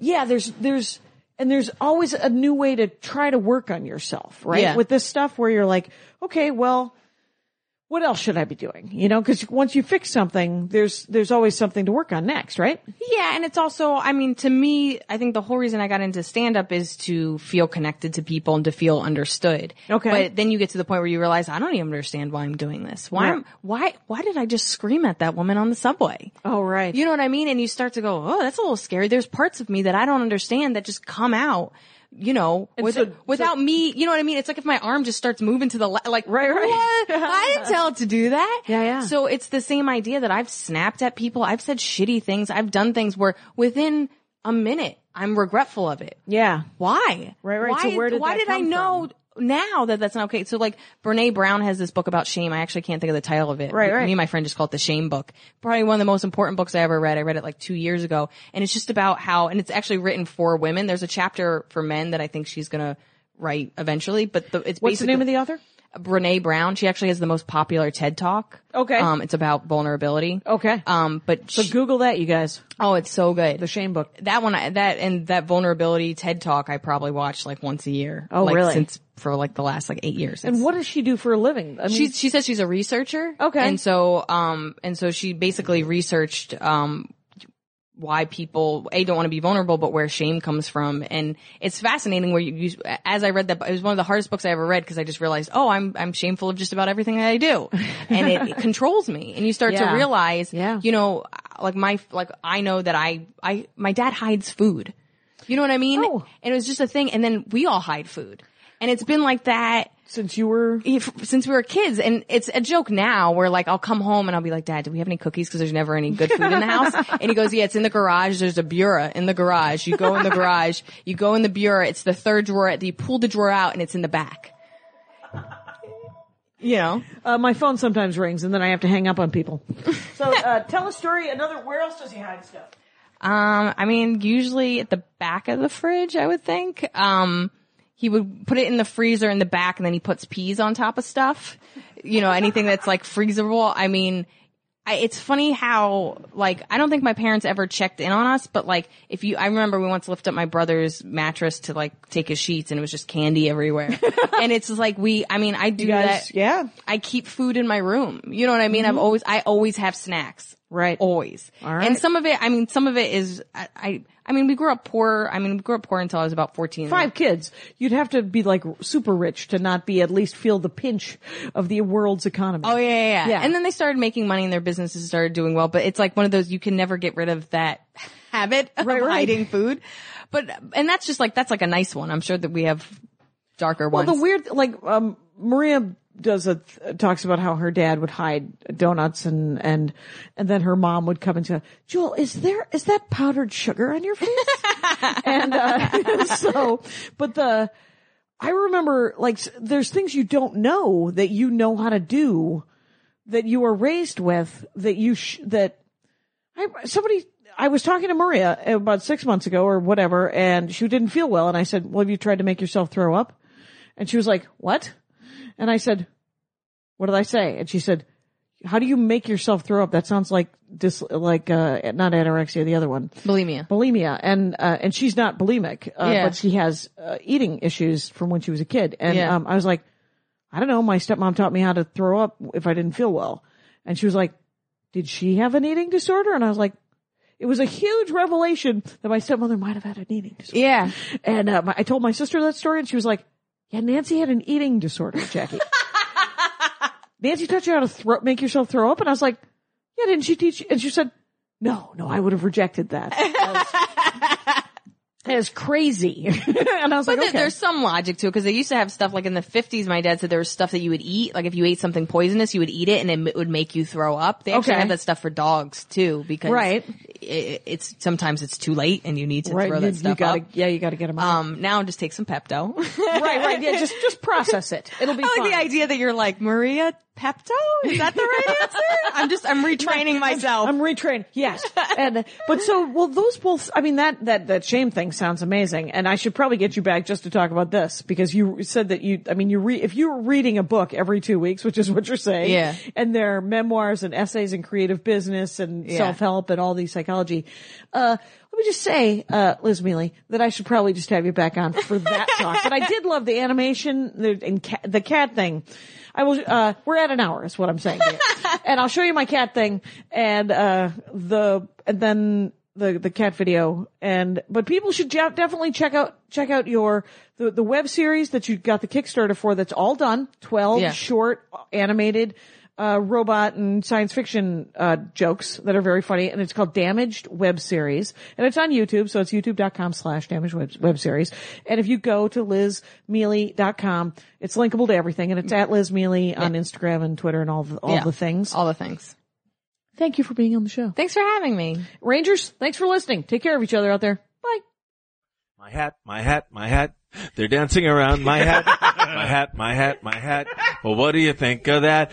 Speaker 2: yeah, there's there's. And there's always a new way to try to work on yourself, right?
Speaker 3: Yeah.
Speaker 2: With this stuff where you're like, okay, well, what else should I be doing? You know, cause once you fix something, there's, there's always something to work on next, right?
Speaker 3: Yeah, and it's also, I mean, to me, I think the whole reason I got into stand up is to feel connected to people and to feel understood.
Speaker 2: Okay.
Speaker 3: But then you get to the point where you realize I don't even understand why I'm doing this. Why am-
Speaker 2: Right.
Speaker 3: why why did I just scream at that woman on the subway?
Speaker 2: Oh, right.
Speaker 3: You know what I mean? And you start to go, "Oh, that's a little scary. There's parts of me that I don't understand that just come out." You know, with,
Speaker 2: so-
Speaker 3: without me, you know what I mean? It's like if my arm just starts moving to the left, like,
Speaker 2: Right, right.
Speaker 3: "What? I didn't tell it to do that.
Speaker 2: Yeah, yeah.
Speaker 3: So so it's the same idea that I've snapped at people. I've said shitty things. I've done things where within a minute I'm regretful of it.
Speaker 2: yeah.
Speaker 3: Why?
Speaker 2: Right, right.
Speaker 3: Why,
Speaker 2: So where did
Speaker 3: why
Speaker 2: that
Speaker 3: did I
Speaker 2: come
Speaker 3: know now that that's not okay? So like Brene Brown has this book about shame. I actually can't think of the title of it.
Speaker 2: Right, right.
Speaker 3: Me and my friend just call it the shame book. Probably one of the most important books I ever read. I read it like two years ago and it's just about how, and it's actually written for women. There's a chapter for men that I think she's going to write eventually, but the, it's
Speaker 2: What's the name
Speaker 3: basically-
Speaker 2: of the author?
Speaker 3: Brene Brown. She actually has the most popular TED Talk.
Speaker 2: Okay.
Speaker 3: Um, it's about vulnerability.
Speaker 2: Okay.
Speaker 3: Um, but
Speaker 2: So
Speaker 3: she-
Speaker 2: Google that, you guys.
Speaker 3: oh, it's so good.
Speaker 2: The Shame Book.
Speaker 3: that one, I- that and that vulnerability TED Talk, I probably watch like once a year.
Speaker 2: Oh,
Speaker 3: like,
Speaker 2: really?
Speaker 3: Since for like the last like eight years.
Speaker 2: And what does she do for a living? I mean,
Speaker 3: She she says she's a researcher.
Speaker 2: Okay.
Speaker 3: And so um and so she basically researched um why people a don't want to be vulnerable, but where shame comes from, and it's fascinating. Where you, you as I read that, it was one of the hardest books I ever read because I just realized, oh, I'm I'm shameful of just about everything that I do, and it, it controls me. And you start
Speaker 2: Yeah.
Speaker 3: to realize,
Speaker 2: Yeah.
Speaker 3: you know, like my like I know that I I my dad hides food. You know what I mean?
Speaker 2: Oh.
Speaker 3: And it was just a thing, and then we all hide food, and it's been like that
Speaker 2: since you were
Speaker 3: if, since we were kids, and it's a joke now where like I'll come home and I'll be like, Dad, do we have any cookies? Because there's never any good food in the house. and he goes, Yeah, it's in the garage. There's a bureau in the garage. You go in the garage. You go in the bureau. It's the third drawer. You pull the drawer out, and it's in the back. You know,
Speaker 2: Uh, my phone sometimes rings, and then I have to hang up on people. so uh, tell a story. Another. Where else does he hide stuff?
Speaker 3: um, I mean, usually at the back of the fridge, I would think. Um, he would put it in the freezer in the back, and then he puts peas on top of stuff. You know, anything that's like freezable. I mean, I, it's funny how like I don't think my parents ever checked in on us, but like if you, I remember we once lifted up my brother's mattress to like take his sheets, and it was just candy everywhere. and it's just like we, I mean, I do
Speaker 2: guys-
Speaker 3: that.
Speaker 2: yeah. Mm-hmm.
Speaker 3: I keep food in my room. You know what I mean? I've always, I always have snacks.
Speaker 2: Right.
Speaker 3: Always.
Speaker 2: All right.
Speaker 3: And some of it, I mean, some of it is, I, I, I mean, we grew up poor. I mean, we grew up poor until I was about fourteen.
Speaker 2: Five kids. You'd have to be like super rich to not be at least feel the pinch of the world's economy.
Speaker 3: Oh yeah, yeah, yeah.
Speaker 2: Yeah.
Speaker 3: And then they started making money and their businesses started doing well. But it's like one of those you can never get rid of that habit of
Speaker 2: Right, right.
Speaker 3: hiding food. But and that's just like that's like a nice one. I'm sure that we have darker
Speaker 2: Well,
Speaker 3: ones.
Speaker 2: the weird like um, Maria does a talks about how her dad would hide donuts and and and then her mom would come and say, "Jewel, is there is that powdered sugar on your face?" and uh, so, but the I remember like s- there's things you don't know that you know how to do that you were raised with that you sh- that I, somebody I was talking to Maria about six months ago or whatever, and she didn't feel well, and I said, "Well, have you tried to make yourself throw up?" And she was like, "What?" And I said, "What did I say?" And she said, "How do you make yourself throw up? That sounds like dis like uh not anorexia, the other one,
Speaker 3: bulimia.
Speaker 2: bulimia." And uh, and she's not bulimic, uh,
Speaker 3: Yeah.
Speaker 2: but she has uh, eating issues from when she was a kid. And
Speaker 3: Yeah.
Speaker 2: um, I was like, "I don't know. My stepmom taught me how to throw up if I didn't feel well," and she was like, "Did she have an eating disorder?" And I was like. It was a huge revelation that my stepmother might have had an eating disorder.
Speaker 3: Yeah.
Speaker 2: And uh, my, I told my sister that story, and she was like, "Yeah, Nancy had an eating disorder, Jackie. Nancy taught you how to throw, make yourself throw up." And I was like, "Yeah, didn't she teach?" you?" And she said, "No, no, I would have rejected that." As crazy, and I was like,
Speaker 3: There-
Speaker 2: "Okay."
Speaker 3: There's some logic to it because they used to have stuff like in the 50s. My dad said there was stuff that you would eat. Like if you ate something poisonous, you would eat it and it m- would make you throw up. They actually
Speaker 2: Okay.
Speaker 3: have that stuff for dogs too because
Speaker 2: Right.
Speaker 3: it, it's sometimes it's too late and you need to
Speaker 2: Right,
Speaker 3: throw
Speaker 2: you,
Speaker 3: that stuff
Speaker 2: you gotta,
Speaker 3: up.
Speaker 2: yeah, you gotta get them out.
Speaker 3: Um, now just take some Pepto.
Speaker 2: right, right, yeah, just just process it. It'll be
Speaker 3: I like
Speaker 2: fine.
Speaker 3: the idea that you're like Maria Pepto. Is that the right answer? I'm just I'm retraining myself.
Speaker 2: I'm retrained. Yes. And but so well those both I mean that that that shame thing sounds amazing and I should probably get you back just to talk about this because you said that you I mean you re, if you were reading a book every 2 weeks which is what you're saying
Speaker 3: Yeah.
Speaker 2: and their memoirs and essays and creative business and
Speaker 3: Yeah.
Speaker 2: self-help and all these psychology uh let me just say, uh, Liz Mealy, that I should probably just have you back on for that talk. But I did love the animation the, and ca- the cat thing. I will. Uh, we're at an hour, is what I'm saying. Here. and I'll show you my cat thing and uh, the and then the the cat video. And but people should ja- definitely check out check out your the the web series that you got the Kickstarter for. That's all done. Twelve
Speaker 3: Yeah.
Speaker 2: short animated. Uh, robot and science fiction, uh, jokes that are very funny. And it's called Damaged Web Series. And it's on YouTube. So it's youtube.com slash damaged web, web series. And if you go to lizmealy.com, it's linkable to everything. And it's at Liz Mealy on Instagram and Twitter and all the, all
Speaker 3: Yeah.
Speaker 2: the things.
Speaker 3: All the things.
Speaker 2: Thank you for being on the show.
Speaker 3: Thanks for having me.
Speaker 2: Rangers, thanks for listening. Take care of each other out there. Bye.
Speaker 4: My hat, my hat, my hat. They're dancing around my hat, my hat, my hat, my hat. Well, what do you think of that?